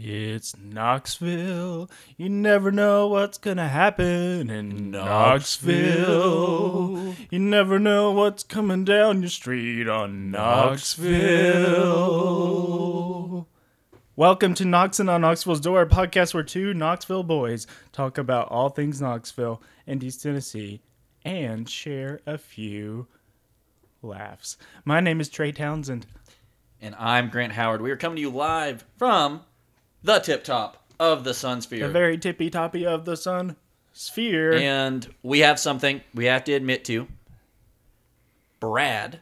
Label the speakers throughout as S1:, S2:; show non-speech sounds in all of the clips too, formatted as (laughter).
S1: It's Knoxville. You never know what's gonna happen in Knoxville. You never know what's coming down your street on Knoxville. Welcome to Knoxin' on Knoxville's Door, a podcast where two Knoxville boys talk about all things Knoxville and East Tennessee and share a few laughs. My name is Trey Townsend.
S2: And I'm Grant Howard. We are coming to you live from the tip top of the Sun Sphere.
S1: The very tippy toppy of the sun sphere.
S2: and we have something we have to admit to. Brad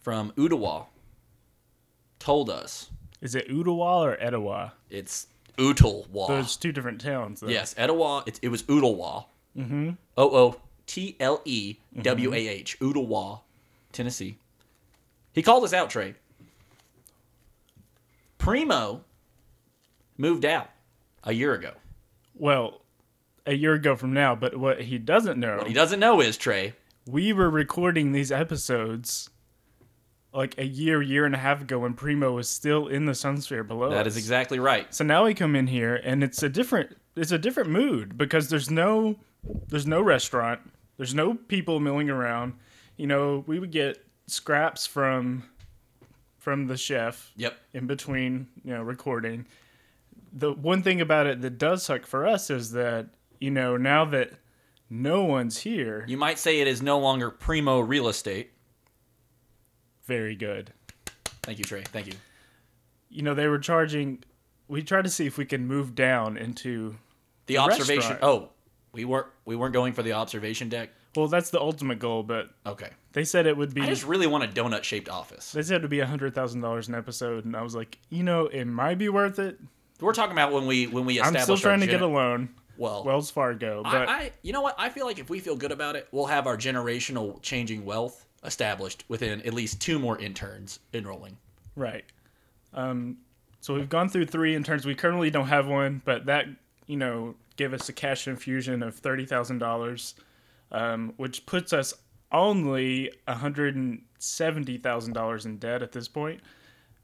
S2: from Ottawa told us
S1: Is it Ottawa or Etowah?
S2: it's Ootlewa.
S1: Those two different towns. Though.
S2: yes, Etowah. It, it was Ootlewa. Mm-hmm. O O T L E W A H.
S1: Mm-hmm.
S2: Ootlewa, Tennessee. He called us out, Trey. Primo moved out a year ago.
S1: Well, a year ago from now, but what he doesn't know,
S2: What he doesn't know is, Trey,
S1: we were recording these episodes like a year, year and a half ago when Primo was still in the sun sphere below.
S2: that is
S1: us.
S2: exactly right.
S1: So now we come in here and it's a different it's a different mood because there's no there's no restaurant. There's no people milling around. You know, we would get scraps from from the chef
S2: Yep.
S1: in between, you know, recording. The one thing about it that does suck for us is that, you know, now that no one's here,
S2: You might say it is no longer primo real estate.
S1: very good.
S2: Thank you, Trey. Thank you.
S1: You know, they were charging we tried to see if we can move down into
S2: The observation.
S1: restaurant.
S2: Oh, we weren't we weren't going for the observation deck.
S1: well, that's the ultimate goal, but
S2: Okay.
S1: they said it would be
S2: I just really want a donut shaped office.
S1: They said it'd be a hundred thousand dollars an episode, and I was like, you know, it might be worth it.
S2: We're talking about when we when we
S1: I'm
S2: establish.
S1: still trying to
S2: our
S1: get a
S2: gen-
S1: loan,
S2: well.
S1: Wells Fargo, but
S2: I, I you know what I feel like if we feel good about it, we'll have our generational changing wealth established within at least two more interns enrolling.
S1: right. Um, so we've gone through three interns. We currently don't have one, but that you know gave us a cash infusion of thirty thousand dollars, um, which puts us only a hundred and seventy thousand dollars in debt at this point.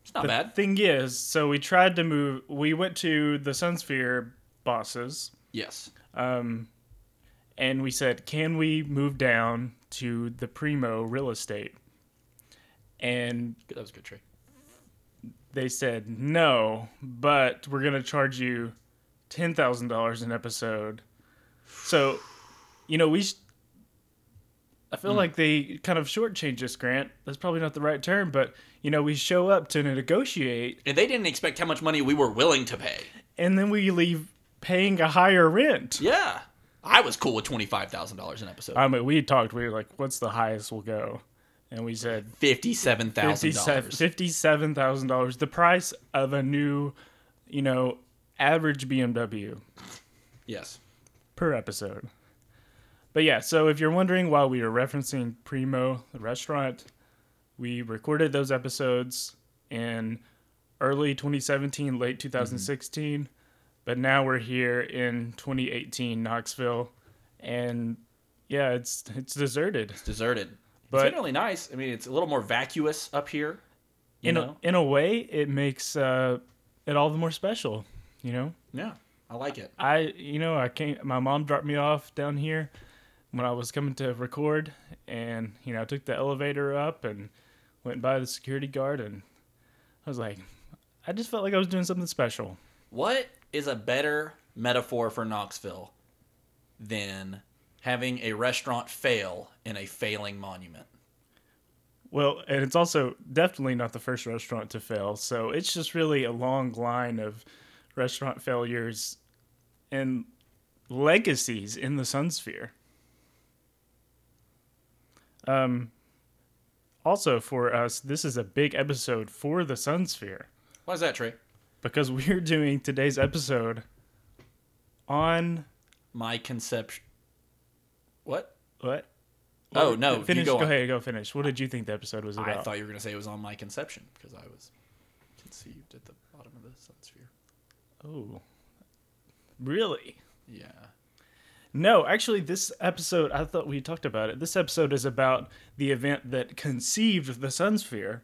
S2: It's not bad.
S1: Thing is, so we tried to move. We went to the Sunsphere bosses.
S2: Yes.
S1: and we said, "Can we move down to the primo real estate?" And
S2: That was a good trick.
S1: they said, "No, but we're going to charge you $10,000 an episode." So, you know, we sh- I
S2: Hmm.
S1: feel like they kind of shortchanged us, Grant. That's probably not the right term, but you know, we show up to negotiate
S2: And they didn't expect how much money we were willing to pay.
S1: and then we leave paying a higher rent.
S2: Yeah. I was cool with twenty five thousand dollars an episode.
S1: I mean, we talked, we were like, "What's the highest we'll go?" And we said
S2: Fifty-seven thousand dollars.
S1: Fifty-seven thousand dollars, the price of a new, you know, average BMW
S2: Yes.
S1: per episode. But yeah, so if you're wondering why we are referencing Primo the restaurant, we recorded those episodes in early 2017, late
S2: Mm-hmm.
S1: 2016, but now we're here in 2018 Knoxville, and yeah, it's it's deserted
S2: Deserted.
S1: But-
S2: it's generally nice. I mean, it's a little more vacuous up here. You
S1: in
S2: know?
S1: a, in a way. It makes uh, it all the more special, you know.
S2: yeah. I like it.
S1: I you know I came my mom dropped me off down here when I was coming to record and you know I took the elevator up and went by the security guard and I was like I just felt like I was doing something special.
S2: What is a better metaphor for Knoxville than having a restaurant fail in a failing monument?
S1: Well, and it's also definitely not the first restaurant to fail. So it's just really a long line of restaurant failures and legacies in the Sun Sphere. Um, also, for us, this is a big episode for the Sun Sphere
S2: Why is that, Trey?
S1: because (laughs) we're doing today's episode on
S2: My conception. What?
S1: what?
S2: Oh, no, you
S1: Finish.
S2: go on.
S1: ahead. Go finish. What did you think the episode was about?
S2: I thought you were going to say it was on my conception because I was conceived at the bottom of the sun sphere.
S1: oh, really?
S2: Yeah.
S1: No, actually, this episode, I thought we talked about it. This episode is about the event that conceived the Sun Sphere,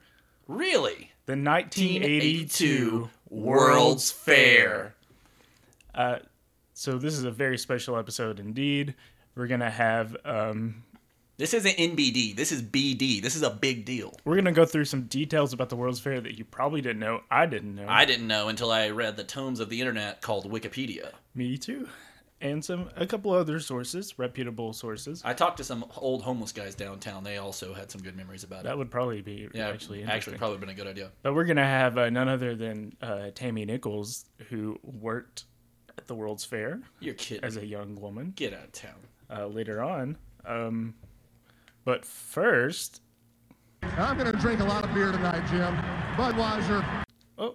S2: Really?
S1: the 1982
S2: World's Fair.
S1: Uh, So this is a very special episode indeed. We're gonna have um,
S2: This isn't NBD. This is BD. This is a big deal.
S1: we're gonna go through some details about the World's Fair that you probably didn't know. I didn't know.
S2: I didn't know until I read the tomes of the internet called Wikipedia.
S1: Me too. And some a couple other sources, reputable sources.
S2: I talked to some old homeless guys downtown. They also had some good memories about it.
S1: That would probably be
S2: Yeah,
S1: actually
S2: actually,
S1: interesting.
S2: actually, probably been a good idea.
S1: But we're gonna have uh, none other than uh, Tammy Nichols, who worked at the World's Fair
S2: You're kidding.
S1: as a young woman
S2: Get out of town.
S1: uh, later on. Um, but first,
S3: I'm going to drink a lot of beer tonight, Jim. Budweiser.
S1: oh,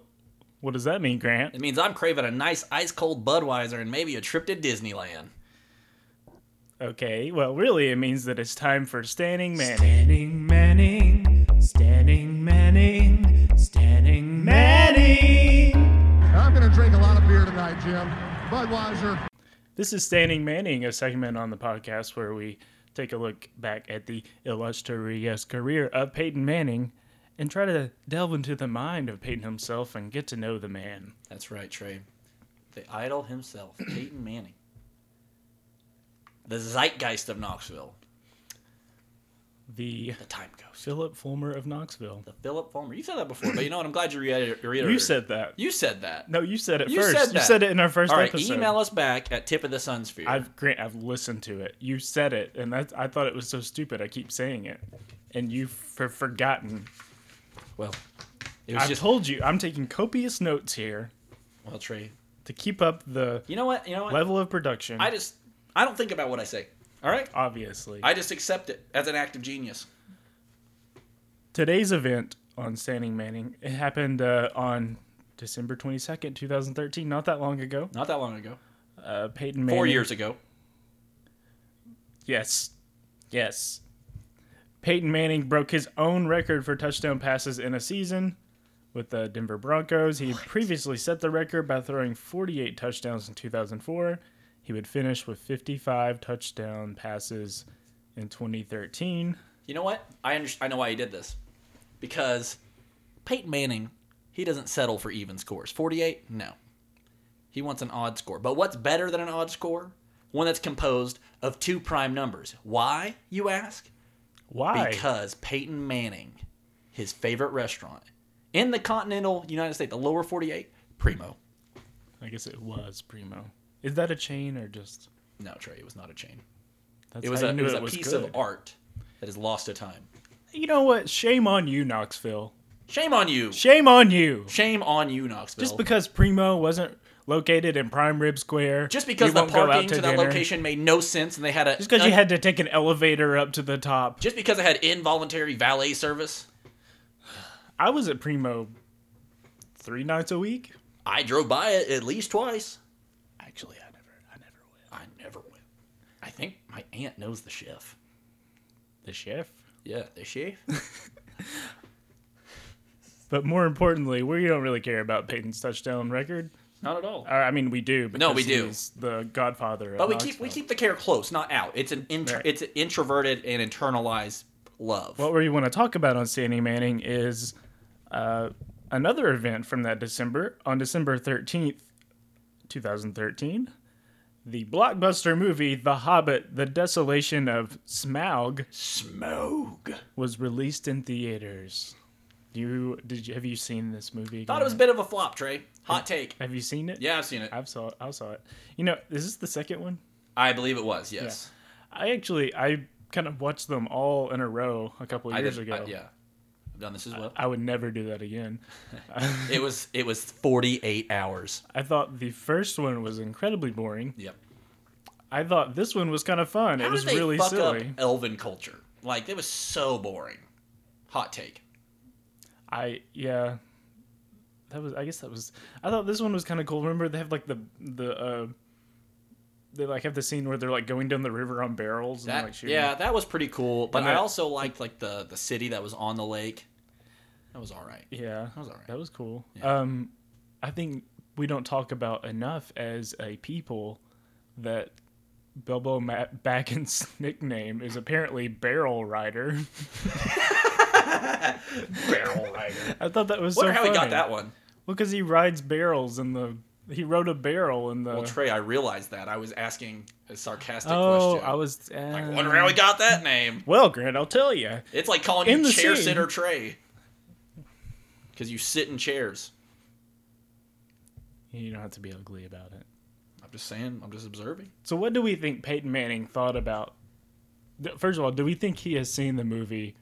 S1: what does that mean, Grant?
S2: It means I'm craving a nice ice cold Budweiser and maybe a trip to Disneyland.
S1: Okay, well, really, it means that it's time for Standing
S4: Standing
S1: Manning.
S4: Manning, standing Manning, standing Manning.
S3: I'm going to drink a lot of beer tonight, Jim. Budweiser.
S1: This is Standing Manning, a segment on the podcast where we take a look back at the illustrious career of Peyton Manning and try to delve into the mind of Peyton himself and get to know the man.
S2: That's right, Trey. The idol (clears throat) himself, Peyton Manning. The zeitgeist of Knoxville.
S1: The
S2: The time ghost.
S1: Philip Fulmer of Knoxville.
S2: The Philip Fulmer. You said that before, but you know what? I'm glad you reiter- reiterated.
S1: You said that.
S2: You said that.
S1: No, you said it
S2: You
S1: first.
S2: said
S1: You
S2: that.
S1: said it in our first
S2: All right,
S1: episode.
S2: email us back at tip of the sun sphere.
S1: I've Grant, I've listened to it. You said it, and that I thought it was so stupid. I keep saying it, and you've for, forgotten.
S2: well, it was
S1: I've
S2: just
S1: told you. I'm taking copious notes here
S2: well, Trey.
S1: to keep up the
S2: You know what? You know what?
S1: level of production.
S2: I just I don't think about what I say. All right,
S1: obviously,
S2: I just accept it as an act of genius.
S1: today's event on Standing Manning it happened uh, on December 22nd, 2013. Not that long ago.
S2: Not that long ago,
S1: Uh, Peyton Manning.
S2: four years ago.
S1: Yes. Yes. Peyton Manning broke his own record for touchdown passes in a season with the Denver Broncos. He had previously set the record by throwing 48 touchdowns in 2004. He would finish with 55 touchdown passes in 2013.
S2: You know what? I under- I know why he did this, because Peyton Manning he doesn't settle for even scores. Forty-eight, no. He wants an odd score. But what's better than an odd score? One that's composed of two prime numbers. Why, you ask?
S1: Why?
S2: Because Peyton Manning, his favorite restaurant in the continental United States, the lower 48, Primo.
S1: I guess it was Primo. Is that a chain or just?
S2: No, Trey, it was not a chain.
S1: That's
S2: It was
S1: how
S2: a,
S1: you
S2: it
S1: knew
S2: was a piece
S1: good.
S2: of art that is lost to time.
S1: You know what? Shame on you, Knoxville.
S2: Shame on you.
S1: Shame on you.
S2: Shame on you, Knoxville.
S1: Just because Primo wasn't located in Prime Rib Square,
S2: Just because
S1: we
S2: the
S1: won't go out
S2: parking to, that
S1: dinner.
S2: location made no sense, and they had a
S1: just because you had to take an elevator up to the top.
S2: just because it had involuntary valet service.
S1: I was at Primo three nights a week.
S2: I drove by it at least twice.
S1: Actually, I never, I never went.
S2: I never went. I think my aunt knows the chef.
S1: The chef.
S2: Yeah, the chef.
S1: But more importantly, we don't really care about Peyton's touchdown record.
S2: Not at all.
S1: Uh, I mean, we do. Because
S2: No, we do.
S1: He's the Godfather.
S2: (laughs) But we keep we keep the care close, not out. It's an inter-
S1: Right.
S2: it's an introverted and internalized love.
S1: What we want to talk about on Standing Manning is uh, another event from that December. On December 13th, 2013, the blockbuster movie The Hobbit, The Desolation of Smaug
S2: Smoke.
S1: was released in theaters. You did you have you seen this movie?
S2: Thought it was a
S1: Grant?
S2: bit of a flop, Trey. Hot take.
S1: Have you seen it?
S2: Yeah, I've seen it.
S1: I've saw I saw it. You know, is this the second one?
S2: I believe it was. Yes.
S1: I actually I kind of watched them all in a row a couple of
S2: I
S1: years
S2: did-
S1: ago.
S2: I- yeah. I've done this as well.
S1: I would never do that again.
S2: it was it was 48 hours.
S1: I thought the first one was incredibly boring.
S2: Yep.
S1: I thought this one was kind of fun.
S2: How
S1: it was
S2: did they
S1: really
S2: fuck
S1: silly.
S2: up elven culture? Like it was so boring. Hot take.
S1: I yeah. That was I guess that was I thought this one was kind of cool. Remember they have like the the uh they like have the scene where they're like going down the river on barrels and
S2: That
S1: like shooting.
S2: yeah, that was pretty cool. But
S1: And
S2: I
S1: that-
S2: also liked like the the city that was on the lake. That was all right.
S1: Yeah. That
S2: was alright.
S1: That was cool. Um I think we don't talk about enough as a people that Bilbo Ma- Baggins' (laughs) nickname is apparently Barrel
S2: (laughs)
S1: Rider.
S2: Barrel rider.
S1: I thought that was
S2: Wonder
S1: so
S2: how
S1: funny.
S2: he got that one.
S1: Well, because he rides barrels in the. He rode a barrel in the.
S2: Well, Trey, I realized that. I was asking a sarcastic
S1: oh,
S2: question.
S1: I was. Uh,
S2: Like, wonder how he got that name.
S1: Well, Grant, I'll tell you.
S2: It's like calling
S1: In
S2: you
S1: the
S2: chair
S1: scene.
S2: sitter Trey. Because you sit in chairs.
S1: You don't have to be ugly about it.
S2: I'm just saying. I'm just observing.
S1: So, what do we think Peyton Manning thought about? th- First of all, do we think he has seen the movie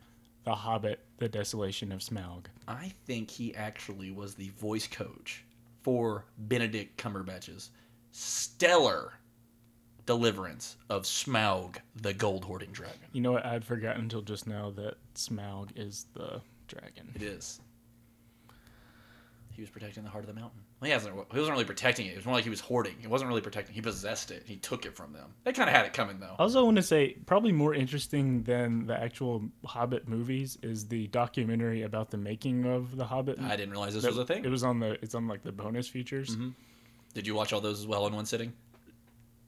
S1: The Hobbit: The Desolation of Smaug?
S2: I think he actually was the voice coach for Benedict Cumberbatch's stellar deliverance of Smaug, the gold hoarding dragon.
S1: You know what? I'd forgotten until just now that Smaug is the dragon.
S2: It is. He was protecting the heart of the mountain. Well, he, hasn't, he wasn't really protecting it. It was more like he was hoarding. It wasn't really protecting. He possessed it. He took it from them. They kind of had it coming, though.
S1: I also want to say, probably more interesting than the actual Hobbit movies is the documentary about the making of the Hobbit.
S2: I didn't realize this
S1: That-
S2: was a thing.
S1: It was on the. It's on like the bonus features.
S2: Did you watch all those as well in one sitting?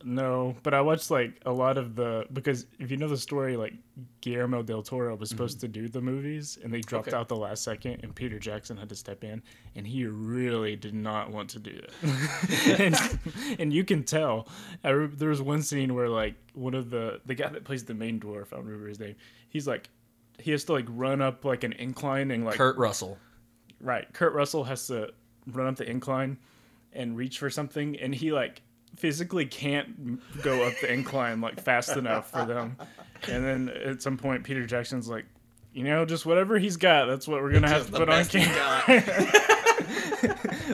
S1: No, but I watched like a lot of the because if you know the story, like Guillermo del Toro was supposed to do the movies, and they dropped
S2: Okay.
S1: out the last second, and Peter Jackson had to step in, and he really did not want to do that. and, and you can tell. I re- there was one scene where like one of the the guy that plays the main dwarf, I don't remember his name. He's like. He has to like run up like an incline and like
S2: Kurt Russell.
S1: Right. Kurt Russell has to run up the incline and reach for something, and he like physically can't m- go up the incline like fast enough for them. And then at some point, Peter Jackson's like, you know, just whatever he's got, that's what we're gonna have to
S2: The
S1: put on
S2: best he
S1: camera.
S2: got.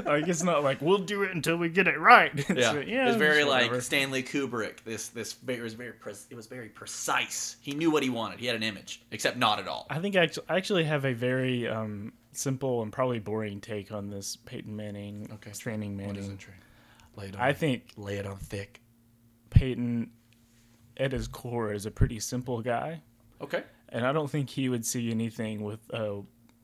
S1: Like it's not like we'll do it until we get it right. (laughs) It's
S2: Yeah,
S1: like,
S2: it was very
S1: just
S2: like
S1: whatever."
S2: Stanley Kubrick. This this it was very pre- it was very precise. He knew what he wanted. He had an image, except not at all.
S1: I think I actu- I actually have a very um, simple and probably boring take on this Peyton Manning,
S2: Okay.
S1: Straining Manning.
S2: Lay it on.
S1: I think
S2: lay it on thick.
S1: Peyton, at his core, is a pretty simple guy.
S2: Okay.
S1: and I don't think he would see anything with a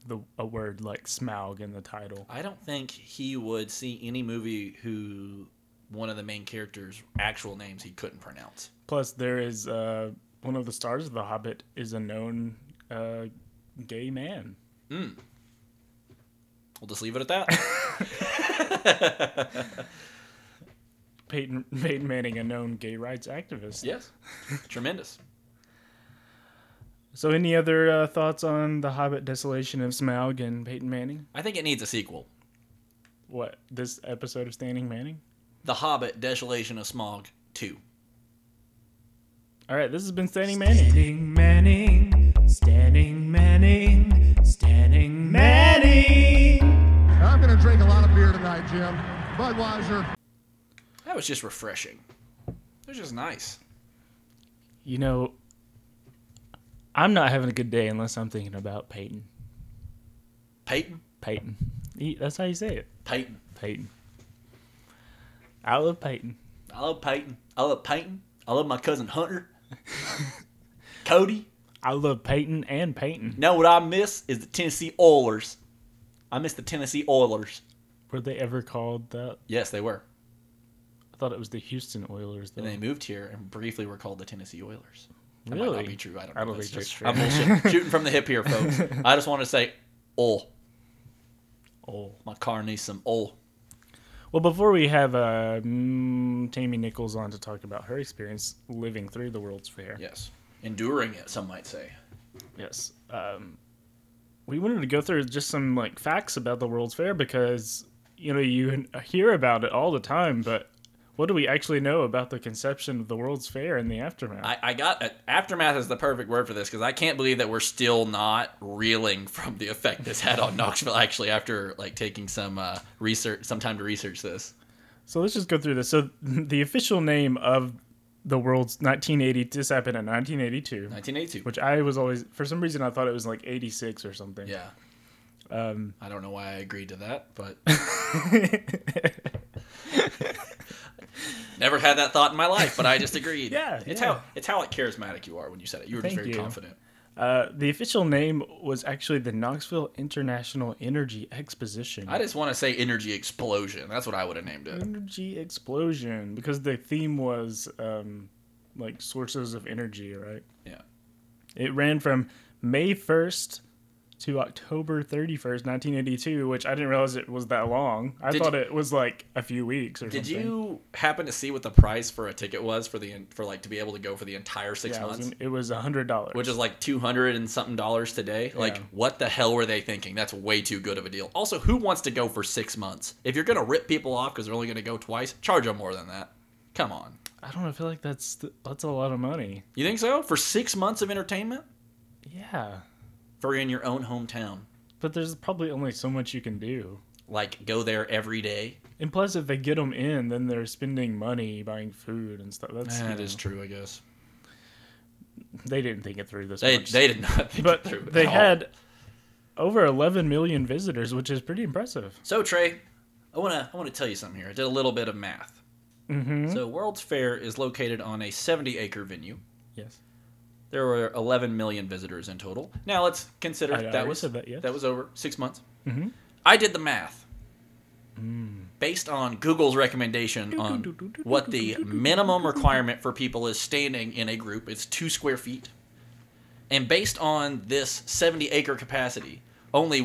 S1: the a word like Smaug in the title.
S2: I don't think he would see any movie who one of the main characters' actual names he couldn't pronounce.
S1: Plus, there is uh, one of the stars of The Hobbit is a known uh, gay man.
S2: We'll just leave it at that.
S1: Peyton, (laughs) Peyton Manning, a known gay rights activist.
S2: (laughs) yes. Tremendous.
S1: So, any other uh, thoughts on The Hobbit: Desolation of Smaug and Peyton Manning?
S2: I think it needs a sequel.
S1: What this episode of Standing Manning?
S2: The Hobbit: Desolation of Smog Two.
S1: All right, this has been Standing Manning.
S4: Standing Manning, standing Manning, standing Manning.
S3: I'm going to drink a lot of beer tonight, Jim. Budweiser.
S2: That was just refreshing. It was just nice.
S1: You know, I'm not having a good day unless I'm thinking about Peyton.
S2: Peyton.
S1: Peyton. He, that's how you say it.
S2: Peyton.
S1: Peyton. I love Peyton.
S2: I love Peyton. I love Peyton. I love my cousin Hunter. (laughs) Cody.
S1: I love Peyton and Peyton.
S2: Know what I miss is the Tennessee Oilers. I miss the Tennessee Oilers.
S1: Were they ever called that?
S2: Yes, they were.
S1: I thought it was the Houston Oilers. Though.
S2: And they moved here and briefly were called the Tennessee Oilers. That might
S1: Really?
S2: not be true. I don't know.
S1: I don't
S2: if
S1: think that's
S2: I'm
S1: (laughs)
S2: bullshit. shooting from the hip here, folks. I just want to say, oh,
S1: Oh.
S2: my car needs some oil.
S1: Well, before we have uh, mm, Tammy Nichols on to talk about her experience living through the World's Fair,
S2: Yes. Enduring it, some might say.
S1: yes, um, we wanted to go through just some like facts about the World's Fair because you know you hear about it all the time, but what do we actually know about the conception of the World's Fair and the aftermath?
S2: I, I got uh, aftermath is the perfect word for this because I can't believe that we're still not reeling from the effect this had on (laughs) Knoxville. Actually, after like taking some uh, research, some time to research this.
S1: So let's just go through this. So (laughs) the official name of the world's 1980 this happened in 1982,
S2: 1982.
S1: which I was always for some reason I thought it was like 86 or something.
S2: Yeah. Um, I don't know why I agreed to that,
S1: (laughs)
S2: but never had that thought in my life. But I just
S1: (laughs)
S2: agreed.
S1: Yeah,
S2: It's
S1: yeah.
S2: how it's how like charismatic you are when you said it. You were just
S1: Thank
S2: very
S1: you.
S2: confident.
S1: Uh, the official name was actually the Knoxville International Energy Exposition.
S2: I just want to say energy explosion. That's what I would have named
S1: Mm.
S2: it.
S1: Energy explosion because the theme was um, like sources of energy, right?
S2: Yeah.
S1: It ran from May 1st to October 31st, 1982, which I didn't realize it was that long. I
S2: Did
S1: thought
S2: you-
S1: it was like a few weeks or
S2: Did
S1: something.
S2: you happen to see what the price for a ticket was for the for like to be able to go for the entire six
S1: Yeah, it was,
S2: months?
S1: gonna- it was $100.
S2: which is like 200 and something dollars today. Like,
S1: Yeah.
S2: what the hell were they thinking? That's way too good of a deal. Also, who wants to go for six months? If you're going to rip people off because they're only going to go twice, charge them more than that. Come on.
S1: I don't know. I feel like that's th- that's a lot of money.
S2: You think so? For six months of entertainment?
S1: Yeah,
S2: For in your own hometown.
S1: but there's probably only so much you can do.
S2: Like, go there every day.
S1: And plus, if they get them in, then they're spending money buying food and stuff. That's
S2: That
S1: you
S2: is
S1: know,
S2: true, I guess.
S1: They didn't think it through this
S2: They,
S1: much.
S2: they did not think
S1: but
S2: it through.
S1: they
S2: at all.
S1: had over 11 million visitors, which is pretty impressive.
S2: So, Trey, I want to I wanna tell you something here. I did a little bit of math.
S1: Mm-hmm.
S2: So, World's Fair is located on a 70 acre venue.
S1: Yes.
S2: There were 11 million visitors in total. Now let's consider
S1: I- I
S2: that
S1: already
S2: was
S1: said that, yes.
S2: was over six months.
S1: Mhm.
S2: I did the math based on Google's recommendation on what the minimum requirement for people is standing in a group. It's two square feet, and based on this 70 acre capacity, only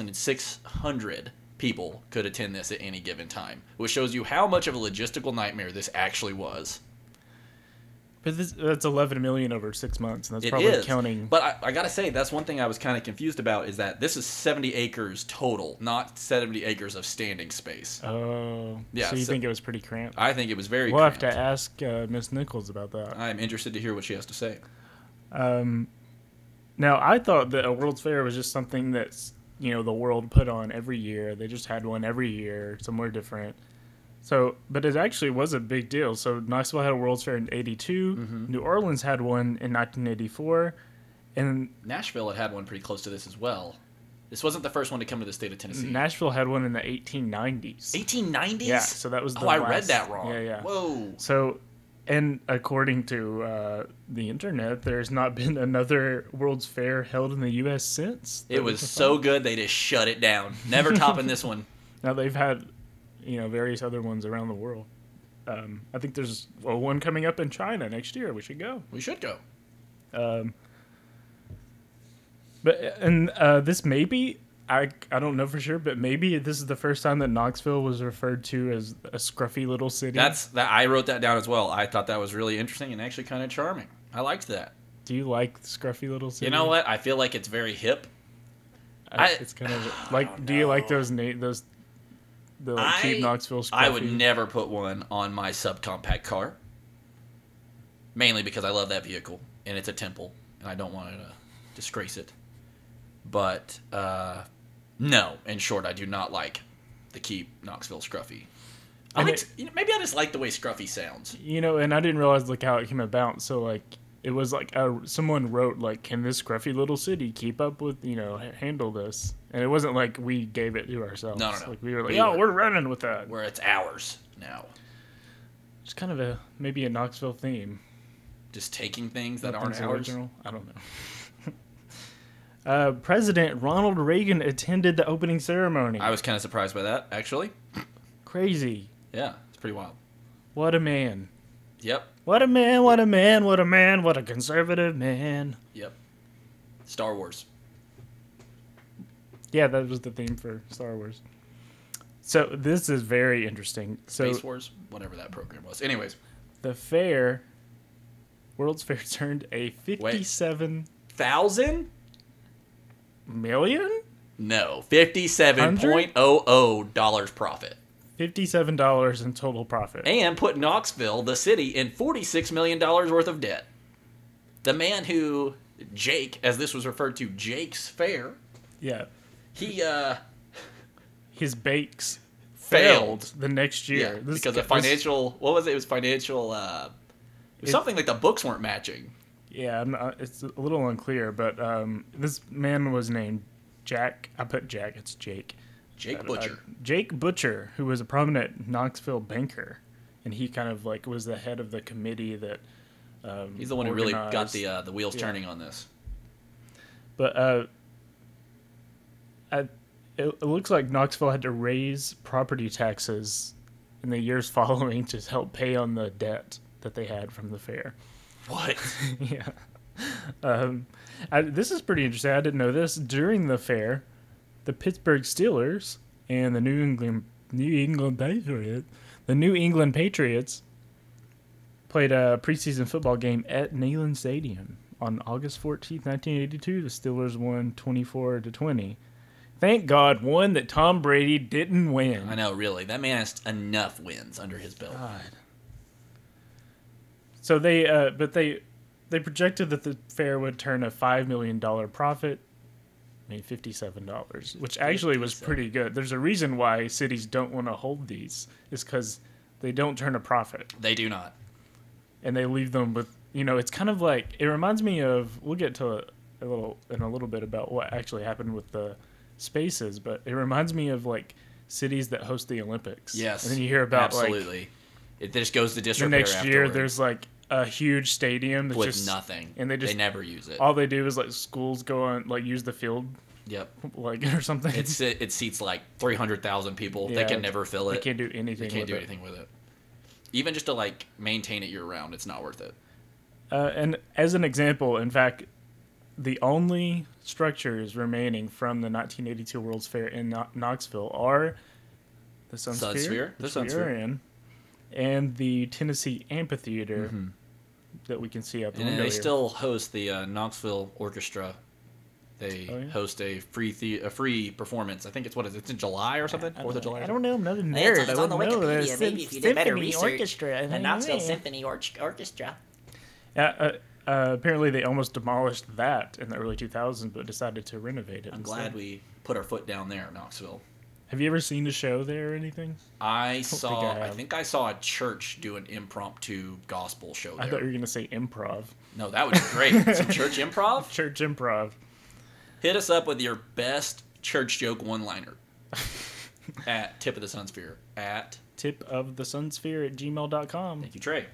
S2: 1,524,600 people could attend this at any given time, which shows you how much of a logistical nightmare this actually was.
S1: But this, that's 11 million over six months, and that's
S2: It is
S1: probably counting.
S2: But I, I gotta say, that's one thing I was kind of confused about is that this is 70 acres total, not 70 acres of standing space.
S1: oh,
S2: Yeah,
S1: So you
S2: so-
S1: think it was pretty cramped?
S2: I think it was very.
S1: we'll have to
S2: cramped.
S1: ask uh, Miss Nichols about that.
S2: I'm interested to hear what she has to say.
S1: Now, I thought that a World's Fair was just something that's you know the world put on every year. They just had one every year, somewhere different. So, but it actually was a big deal. So Knoxville had a World's Fair in '82. New Orleans had one in 1984, and
S2: Nashville had had one pretty close to this as well. This wasn't the first one to come to the state of Tennessee.
S1: Nashville had one in the 1890s.
S2: 1890s.
S1: Yeah, so that was the
S2: oh, I read
S1: last-
S2: that wrong.
S1: Yeah, yeah.
S2: Whoa.
S1: So, and according to uh, the internet, there's not been another World's Fair held in the U.S. since.
S2: It was
S1: (laughs)
S2: so good they just shut it down. Never topping this one.
S1: Now they've had, you know, various other ones around the world. Um, I think there's well, one coming up in China next year. We should go.
S2: We should go.
S1: But and uh, this maybe I I don't know for sure, but maybe this is the first time that Knoxville was referred to as a scruffy little city.
S2: That's that. I wrote that down as well. I thought that was really interesting and actually kind of charming. I liked that.
S1: Do you like scruffy little city?
S2: You know what? I feel like it's very hip.
S1: I,
S2: (sighs) I-
S1: it's kind of like. Do you like those na- those the like, keep Knoxville scruffy?
S2: I would never put one on my subcompact car. Mainly because I love that vehicle and it's a temple and I don't want to disgrace it. But uh, no, in short, I do not like the keep Knoxville scruffy. I
S1: And
S2: like,
S1: it-
S2: you know, maybe I just like the way scruffy sounds.
S1: you know, and I didn't realize like how it came about. So like it was like uh someone wrote like, "Can this scruffy little city keep up with you know h- handle this?" And it wasn't like we gave it to ourselves.
S2: No, no, no.
S1: Like we were like,
S2: We
S1: "Oh,
S2: were-
S1: we're running with that."
S2: Where it's ours now.
S1: It's kind of a maybe a Knoxville theme.
S2: Just taking things that
S1: Nothing's
S2: aren't ours.
S1: original. I don't know. (laughs) uh, President Ronald Reagan attended the opening ceremony.
S2: I was kind of surprised by that, actually.
S1: Crazy.
S2: Yeah, it's pretty wild.
S1: What a man.
S2: Yep,
S1: What a man, what a man, what a man, what a conservative man.
S2: yep. Star Wars.
S1: Yeah, that was the theme for Star Wars. So this is very interesting. So
S2: Space Wars, whatever that program was. Anyways,
S1: the fair, World's Fair (laughs) turned a fifty-seven
S2: thousand?
S1: million,
S2: No, fifty-seven point oh oh dollars profit,
S1: fifty-seven dollars in total profit.
S2: and put Knoxville, the city, in forty-six million dollars worth of debt. The man who Jake, as this was referred to, Jake's Fair,
S1: Yeah,
S2: he uh,
S1: his bakes failed,
S2: failed.
S1: the next year
S2: Yeah,
S1: This-
S2: because of
S1: this-
S2: financial. What was it? It was financial. Uh, it was
S1: It-
S2: something like the books weren't matching.
S1: yeah, I'm not, it's a little unclear, but um, this man was named Jack. I put Jack. It's Jake.
S2: Jake
S1: uh,
S2: Butcher.
S1: Jake Butcher, who was a prominent Knoxville banker, and he kind of like was the head of the committee that. Um,
S2: He's the one who really got
S1: organized-
S2: the uh, the wheels
S1: Yeah.
S2: turning on this.
S1: But uh, I, it, it looks like Knoxville had to raise property taxes in the years (laughs) following to help pay on the debt that they had from the fair.
S2: What?
S1: (laughs) yeah. Um, I, this is pretty interesting. I didn't know this. During the fair, the Pittsburgh Steelers and the New England New England Patriots, the New England Patriots, played a preseason football game at Neyland Stadium on August 14th, 1982. The Steelers won 24 to 20. Thank God, one that Tom Brady didn't win.
S2: (laughs) I know, really. That man has enough wins under his belt.
S1: So they, uh, but they, they projected that the fair would turn a five million dollar profit. I mean, fifty-seven dollars, which actually was pretty good. There's a reason why cities don't want to hold these, is because they don't turn a profit
S2: They do not.
S1: and they leave them with, you know, it's kind of like it reminds me of. We'll get to a, a little in a little bit about what actually happened with the spaces, but it reminds me of like cities that host the Olympics.
S2: Yes.
S1: and then you hear about like
S2: absolutely. it just goes to
S1: the
S2: disrepair.
S1: next year
S2: afterward
S1: there's like a huge stadium that's
S2: with
S1: just
S2: nothing,
S1: and they just
S2: never use it.
S1: all they do is like schools go on like use the field (laughs)
S2: yep,
S1: like or something
S2: it se- it seats like three hundred thousand people.
S1: Yeah.
S2: They can never fill it.
S1: (laughs) they can't do anything
S2: They can't
S1: with
S2: do
S1: it.
S2: anything with it. Even just to like maintain it year round, it's not worth it.
S1: Uh, and as an example in fact the only structures remaining from the 1982 world's fair in Kno- knoxville are the sun,
S2: Sun
S1: sphere,
S2: Sphere, the
S1: which
S2: Sun
S1: we
S2: Sphere.
S1: are in and the tennessee amphitheater that we can see out the
S2: Mm-hmm. And
S1: window
S2: they
S1: here.
S2: still host the uh, Knoxville Orchestra. They
S1: Oh, yeah?
S2: host a free the- a free performance. I think it's what it is. It's in July or something. Fourth of July. or
S1: I don't know. I'm not a nerd.
S5: It's, it's
S1: I
S5: on the
S1: wouldn't know.
S5: Wikipedia.
S1: There's
S5: Maybe
S1: sym-
S5: if you did better
S1: symphony
S5: research.
S1: orchestra.
S5: The Knoxville
S1: Yeah.
S5: Symphony Orch- Orchestra.
S1: Uh, uh, uh, apparently, they almost demolished that in the early 2000s, but decided to renovate it.
S2: I'm glad we put our foot down there, Knoxville.
S1: Have you ever seen a show there or anything?
S2: I saw.
S1: I
S2: I,
S1: have.
S2: think I saw a church do an impromptu gospel show
S1: I thought
S2: there.
S1: you were gonna say improv,
S2: No, that would be
S1: (laughs)
S2: great. Some church improv.
S1: church improv.
S2: Hit us up with your best church
S1: (laughs)
S2: joke one-liner at tip of the sun sphere at
S1: Tip of the sunsphere at gmail.com.
S2: thank you Trey.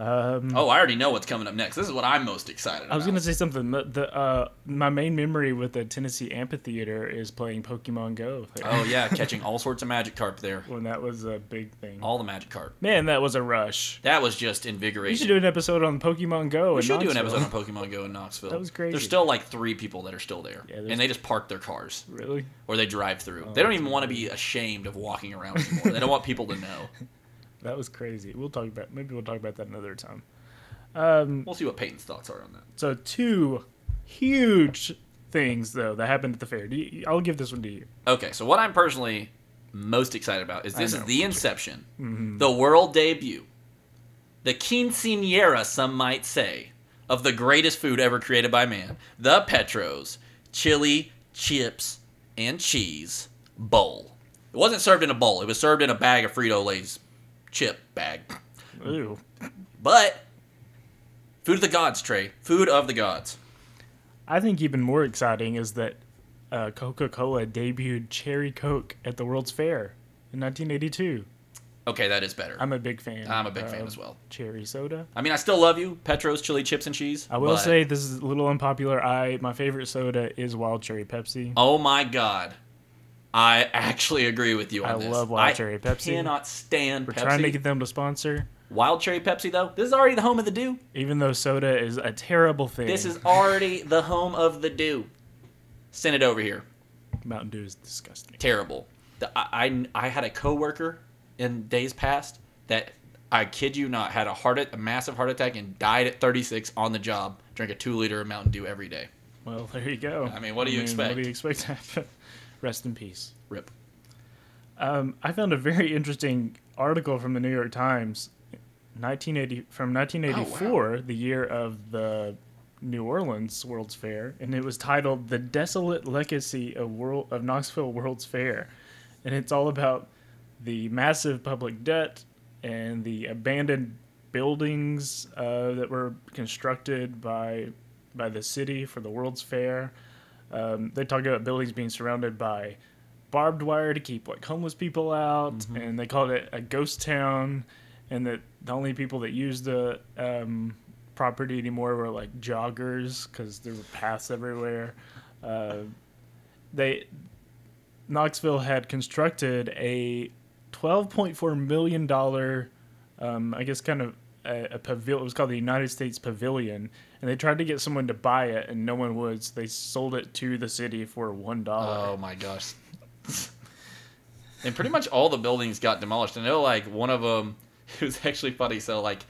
S2: Um, oh, I already know what's coming up next. This is what I'm most excited.
S1: I was
S2: about.
S1: gonna say something. The, the uh, my main memory with the Tennessee amphitheater is playing Pokemon Go. there,
S2: Oh yeah, catching all sorts of magic carp there.
S1: when that was a big thing.
S2: All the magic carp.
S1: Man, that was a rush.
S2: That was just
S1: We should
S2: invigorating.
S1: do an episode on Pokemon Go.
S2: We should do an episode on Pokemon Go in Knoxville.
S1: That was crazy.
S2: There's still like three people that are still there,
S1: Yeah, there's-
S2: and they just park their cars
S1: Really?
S2: or they drive through. they don't even want to be ashamed of walking around anymore. they don't want people to know.
S1: That was crazy. We'll talk about maybe we'll talk about that another time.
S2: We'll see what Peyton's thoughts are on that.
S1: So two huge things though that happened at the fair. Do you, I'll give this one to you.
S2: Okay, so what I'm personally most excited about is this is
S1: know.
S2: the inception, the world debut, the quinceanera, some might say, of the greatest food ever created by man, the Petros chili, chips, and cheese bowl. It wasn't served in a bowl; it was served in a bag of Frito Lay's chip bag. Mm-hmm.
S1: Ooh.
S2: But food of the gods, Trey. Food of the gods.
S1: I think even more exciting is that uh, Coca-Cola debuted Cherry Coke at the World's Fair in 1982.
S2: Okay, that is better. I'm,
S1: I'm Uh, a big fan.
S2: a big fan
S1: of
S2: as well.
S1: Cherry soda.
S2: I mean, I still love you, Petros chili, chips, and cheese.
S1: I will
S2: but-
S1: say this is a little unpopular. I my favorite soda is Wild Cherry Pepsi.
S2: Oh my god. I actually agree with you on
S1: I
S2: this.
S1: love Wild Cherry Pepsi.
S2: cannot stand
S1: We're
S2: Pepsi.
S1: trying to get them to sponsor,
S2: Wild Cherry Pepsi though. This is already the home of the dew.
S1: even though soda is a terrible thing.
S2: This is already the home of the dew. Send it over here.
S1: Mountain Dew is disgusting.
S2: Terrible. The, I, I I had a coworker in days past that I kid you not had a heart a massive heart attack and died at 36 on the job. Drank a two liter of Mountain Dew every day.
S1: Well, there you go.
S2: I mean, what do you
S1: What do
S2: expect?
S1: you expect to happen? (laughs) Rest in peace.
S2: Rip.
S1: I found a very interesting article from the New York Times, 1980 from 1984, the year of the New Orleans World's Fair, and it was titled "The Desolate Legacy of World of Knoxville World's Fair," and it's all about the massive public debt and the abandoned buildings uh, that were constructed by by the city for the World's Fair. Um, they talk about buildings being surrounded by barbed wire to keep like homeless people out, and they called it a ghost town, and that the only people that used the um, property anymore were like joggers because there were paths everywhere. Uh, they Knoxville had constructed a twelve point four million dollar, um, I guess, kind of a, a pavilion. It was called the United States Pavilion, and they tried to get someone to buy it, and no one would. So they sold it to the city for one dollar.
S2: Oh my gosh. and pretty much all the buildings got demolished. I know like one of them. (laughs) It was actually funny. So like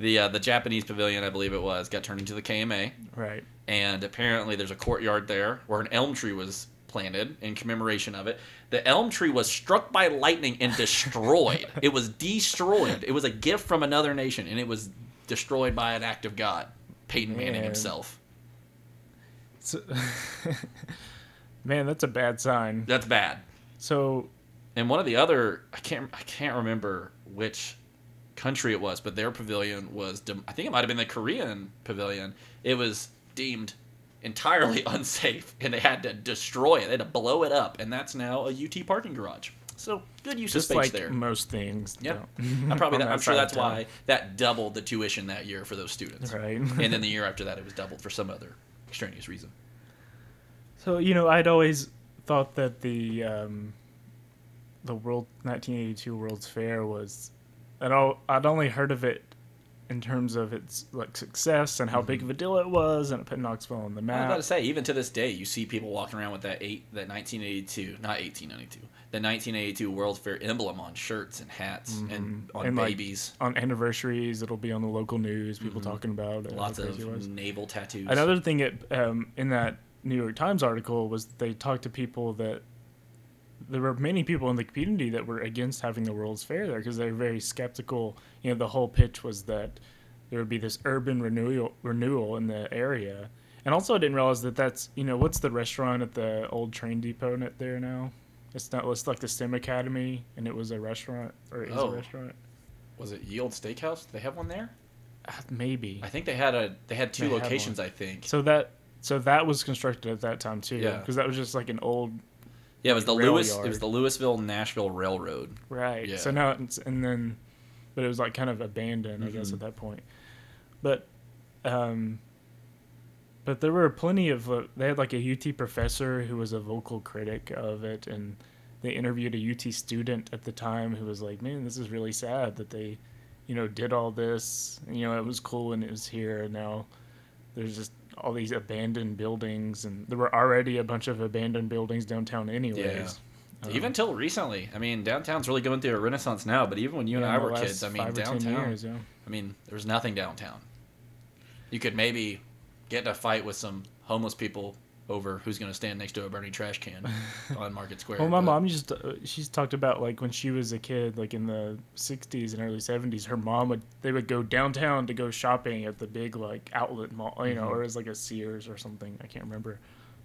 S2: the uh, the Japanese pavilion, I believe it was, got turned into the KMA,
S1: Right.
S2: and apparently there's a courtyard there where an elm tree was planted in commemoration of it. The elm tree was struck by lightning and destroyed. it was destroyed. It was a gift from another nation, and it was destroyed by an act of God, Peyton Manning
S1: Man.
S2: himself.
S1: So- Man, that's a bad sign.
S2: That's bad.
S1: So
S2: and one of the other I can't I can't remember which country it was, but their pavilion was dem- I think it might have been the Korean pavilion. It was deemed entirely (laughs) unsafe, and they had to destroy it. They had to blow it up, and that's now a UT parking garage. So good use
S1: just
S2: of
S1: like
S2: space there.
S1: most things.
S2: Yep.
S1: don't-
S2: (laughs)
S1: (laughs)
S2: I'm probably
S1: on
S2: that, I'm
S1: that
S2: sure
S1: side of
S2: that's
S1: town.
S2: why that doubled the tuition that year for those students.
S1: Right.
S2: and
S1: (laughs)
S2: then the year after that, it was doubled for some other extraneous reason.
S1: So you know, I'd always thought that the um, the World 1982 World's Fair was, and all I'd only heard of it in terms of its like success and how big
S2: Mm-hmm.
S1: of a deal it was, and it put Knoxville on the
S2: I was about
S1: map.
S2: to say, even to this day, you see people walking around with that eight, that 1982, not 1892, the 1982 World Fair emblem on shirts and hats and on
S1: Mm-hmm. And, like,
S2: babies.
S1: on anniversaries, it'll be on the local news. People talking about it. how
S2: Mm-hmm. Lots
S1: crazy it was.
S2: of navel tattoos.
S1: Another thing it, um, in that New York Times article was that they talked to people that there were many people in the community that were against having the World's Fair there because they were very skeptical. You know, the whole pitch was that there would be this urban renewal renewal in the area. And also, I didn't realize that that's you know what's the restaurant at the old train depot n- there now? It's not. It's like the STEM Academy, and it was a restaurant or is
S2: Oh.
S1: a restaurant.
S2: was it Yield Steakhouse? Did they have one there?
S1: Uh, Maybe
S2: I think they had a. They had two
S1: They had
S2: locations. I think.
S1: so that so that was constructed at that time too.
S2: Yeah.
S1: because that was just like an old
S2: yeah, it was the
S1: rail
S2: Lewis. It
S1: yard.
S2: was the Louisville Nashville Railroad.
S1: Right. So
S2: Yeah.
S1: now it's and then, but it was like kind of abandoned, I
S2: Mm-hmm.
S1: guess, at that point. But, um, but there were plenty of uh, they had like a UT professor who was a vocal critic of it, and they interviewed a UT student at the time who was like, "Man, this is really sad that they, you know, did all this. And, you know, it was cool when it was here, and now there's just." All these abandoned buildings, and there were already a bunch of abandoned buildings downtown, anyways. Uh-huh.
S2: even till recently, I mean, downtown's really going through a renaissance now. But even when you and
S1: in
S2: I
S1: the
S2: were
S1: last
S2: kids, I mean,
S1: five or 10
S2: downtown.
S1: years, yeah.
S2: I mean, there was nothing downtown. You could maybe get in a fight with some homeless people over who's going to stand next to a burning trash
S1: (laughs)
S2: can on Market Square.
S1: Well, my
S2: but-
S1: mom just uh, she's talked about like when she was a kid, like in the '60s and early '70s. Her mom would they would go downtown to go shopping at the big like outlet mall, you
S2: Mm-hmm.
S1: know, or it was like a Sears or something. I can't remember,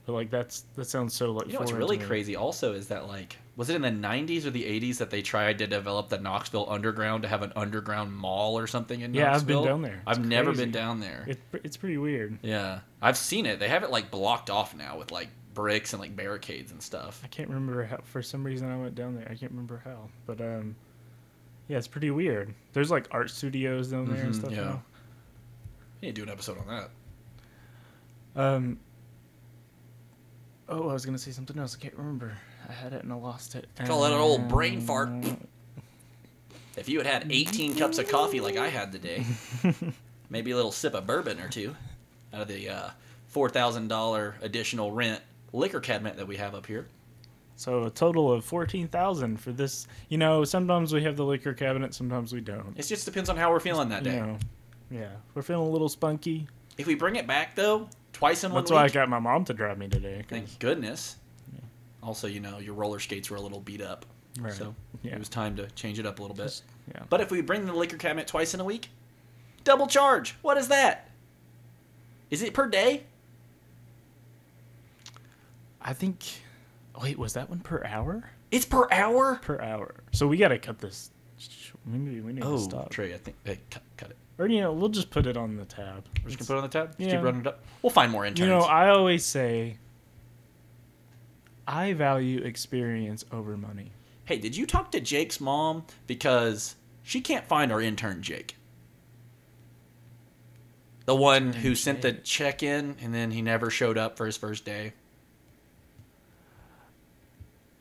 S1: but like that's that sounds so like.
S2: You know what's
S1: foreign to
S2: really
S1: me.
S2: crazy also is that, like, was it in the 90s or the 80s that they tried to develop the Knoxville Underground to have an underground mall or something in
S1: Yeah, I've been
S2: Knoxville?
S1: down there.
S2: I've
S1: It's
S2: never
S1: crazy.
S2: been down there.
S1: It, it's pretty weird.
S2: yeah. I've seen it. They have it, like, blocked off now with, like, bricks and, like, barricades and stuff.
S1: I can't remember how. For some reason, I went down there. I can't remember how, but um, yeah, it's pretty weird. There's like art studios down there and
S2: Mhm,
S1: stuff.
S2: yeah.
S1: now.
S2: We need to do an episode on that.
S1: Um. Oh, I was gonna say something else. I can't remember. I had it and I lost it.
S2: Call it an old brain fart.
S1: Uh,
S2: If you had had 18 cups of coffee like I had today,
S1: (laughs)
S2: maybe a little sip of bourbon or two out of the uh, $4,000 additional rent liquor cabinet that we have up here.
S1: So a total of fourteen thousand for this. You know, sometimes we have the liquor cabinet, sometimes we don't.
S2: It just depends on how we're feeling that
S1: You
S2: day.
S1: know, yeah, we're feeling a little spunky.
S2: If we bring it back, though, twice in one
S1: That's why I
S2: week,
S1: got my mom to drive me today. 'cause-
S2: thank goodness. Also, you know, your roller skates were a little beat up.
S1: Right.
S2: So
S1: Yeah.
S2: it was time to change it up a little bit.
S1: yeah.
S2: But if we bring the liquor cabinet twice in a week, double charge. What is that? Is it per day?
S1: I think. Wait, was that one per hour?
S2: It's per hour?
S1: Per hour. So we gotta cut this. sh- Maybe we need
S2: Oh,
S1: to stop.
S2: Trey, I think. Hey, cut, cut it.
S1: Or you know, we'll just put it on the tab.
S2: We're just gonna put it on the tab. Just
S1: Yeah.
S2: keep running it up. We'll find more interns.
S1: You know, I always say I value experience over money.
S2: hey, did you talk to Jake's mom because she can't find our intern Jake? The one who sent the check in and then he never showed up for his first day.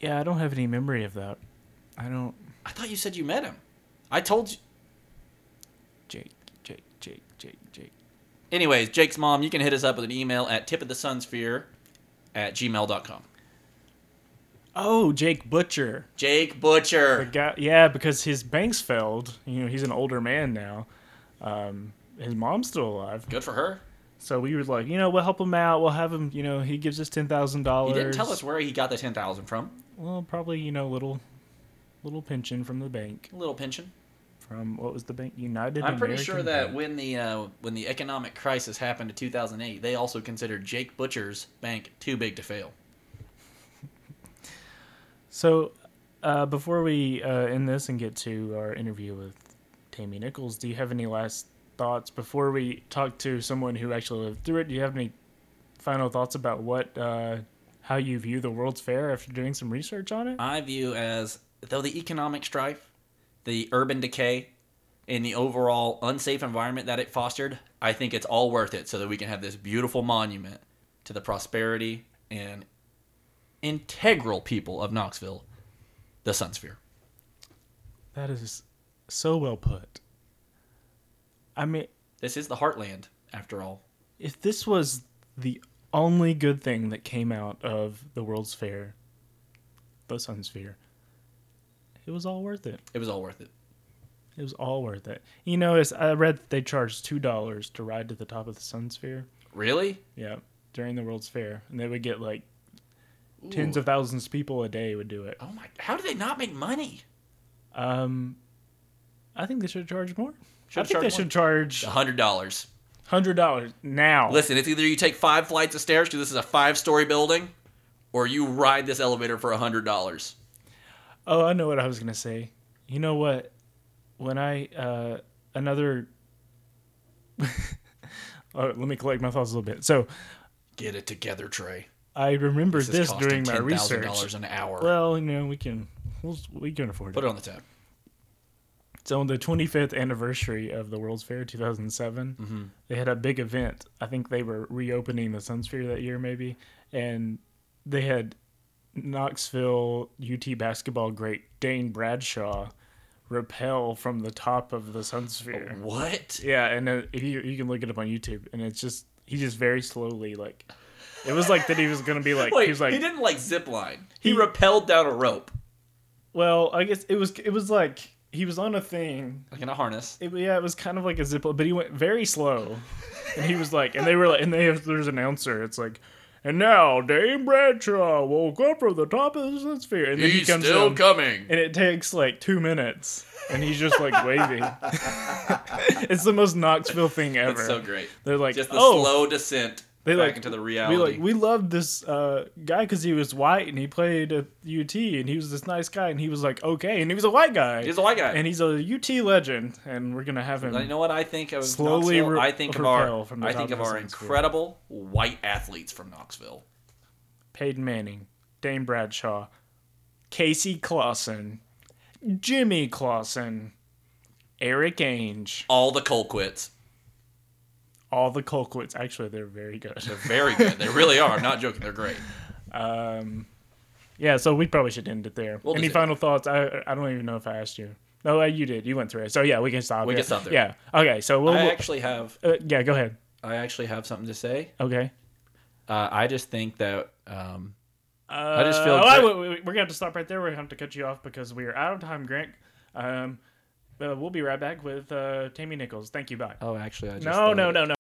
S1: Yeah, I don't have any memory of that. I don't
S2: I thought you said you met him. I told you.
S1: Jake. Jake, Jake, Jake.
S2: Anyways, Jake's mom, you can hit us up with an email at tipofthesunsphere at gmail.com.
S1: Oh, Jake Butcher.
S2: Jake
S1: The
S2: Butcher.
S1: guy, yeah, because his bank's failed. You know, he's an older man now. Um, his mom's still alive.
S2: Good for her.
S1: So we were like, you know, we'll help him out. We'll have him, you know, he gives us $10,000.
S2: He didn't tell us where he got the 10000 from.
S1: Well, probably, you know, little little pension from the bank.
S2: A little pension.
S1: From what was the bank? United
S2: I'm pretty
S1: American
S2: sure that
S1: Bank.
S2: when the uh, when the economic crisis happened in 2008, they also considered Jake Butcher's bank too big to fail.
S1: So, uh, before we uh, end this and get to our interview with Tammy Nichols, do you have any last thoughts before we talk to someone who actually lived through it? Do you have any final thoughts about what, uh, how you view the World's Fair after doing some research on it?
S2: I view as though the economic strife, the urban decay, and the overall unsafe environment that it fostered, I think it's all worth it so that we can have this beautiful monument to the prosperity and integral people of Knoxville, the Sunsphere.
S1: That is so well put. I mean,
S2: This is the heartland, after all.
S1: if this was the only good thing that came out of the World's Fair, the Sun Sphere, it was all worth it.
S2: It was all worth it.
S1: It was all worth it. You know, it's, I read that they charged two dollars to ride to the top of the Sun Sphere.
S2: Really?
S1: Yeah, during the World's Fair, and they would get like tens of thousands of people a day would do it.
S2: Oh my! How did they not make money?
S1: Um, I think they should charge more. I
S2: Should've
S1: think they
S2: charged more.
S1: should charge
S2: A hundred dollars.
S1: hundred dollars now.
S2: Listen, it's either you take five flights of stairs because this is a five-story building, or you ride this elevator for a hundred dollars.
S1: Oh, I know what I was gonna say. You know what? When I uh, another. (laughs) oh, let me collect my thoughts a little bit. So
S2: Get it together, Trey.
S1: I remembered
S2: This,
S1: this,
S2: is
S1: during
S2: costing
S1: my
S2: ten thousand
S1: research.
S2: dollars an hour.
S1: Well, you know we can we'll, we can afford it.
S2: Put it on the tab.
S1: So on the 25th anniversary of the World's Fair 2007,
S2: Mm-hmm.
S1: they had a big event. I think they were reopening the Sunsphere that year, maybe, and they had Knoxville UT basketball great Dane Bradshaw rappel from the top of the
S2: Oh,
S1: Sunsphere.
S2: What?
S1: Yeah, and uh, if you you can look it up on YouTube, and it's just he just very slowly like it was like that he was gonna be like
S2: (laughs) Wait,
S1: he was like
S2: he didn't like zip line. He,
S1: He-
S2: rappelled down a rope,
S1: well I guess it was it was like he was on a thing
S2: like in a harness.
S1: It, yeah, it was kind of like a zip, but he went very slow, and he was like, and they were like, and they have, there's an announcer. It's like, and now Dame Bradshaw will go from the top of the sun sphere, and then he comes down,
S2: coming.
S1: and it takes like two minutes, and he's just like
S2: (laughs)
S1: waving. it's the most Knoxville thing ever.
S2: That's so great.
S1: They're like,
S2: Just the
S1: oh,
S2: slow descent
S1: they
S2: back
S1: like
S2: into the
S1: We
S2: reality.
S1: like we loved this uh, guy because he was white and he played at UT and he was this nice guy and he was like okay and he was a white guy
S2: He's a white guy.
S1: and he's a UT legend and we're gonna have him.
S2: Now, You know what I think of
S1: Slowly
S2: Knoxville?
S1: re-
S2: I think of
S1: repel
S2: our
S1: from the
S2: I
S1: top
S2: think
S1: of
S2: of
S1: the
S2: our
S1: Suns, yeah.
S2: incredible white athletes from Knoxville.
S1: Peyton Manning, Dane Bradshaw, Casey Clausen, Jimmy Clausen, Eric Ainge,
S2: All the Colquitts.
S1: all the Colquitts. Actually, they're very good. (laughs)
S2: They're very good. They really are. I'm not joking. They're great.
S1: Yeah, so we probably should end it there.
S2: We'll
S1: Any
S2: just-
S1: final thoughts? I I don't even know if I asked you. No, uh, you did. You went through it. So yeah, we can stop.
S2: We
S1: yeah.
S2: can stop there.
S1: Yeah. Okay. So (laughs) we'll.
S2: I actually have
S1: uh, yeah. Go ahead.
S2: I actually have something to say.
S1: Okay.
S2: Uh, I just think that um,
S1: Uh,
S2: just feel
S1: oh,
S2: gr-
S1: wait, wait, wait, we're gonna have to stop right there. We're gonna have to cut you off because we are out of time, Grant. Um, but we'll be right back with uh, Tammy Nichols. Thank you. Bye.
S2: oh actually I just
S1: no,
S2: thought
S1: no,
S2: of it.
S1: no, no.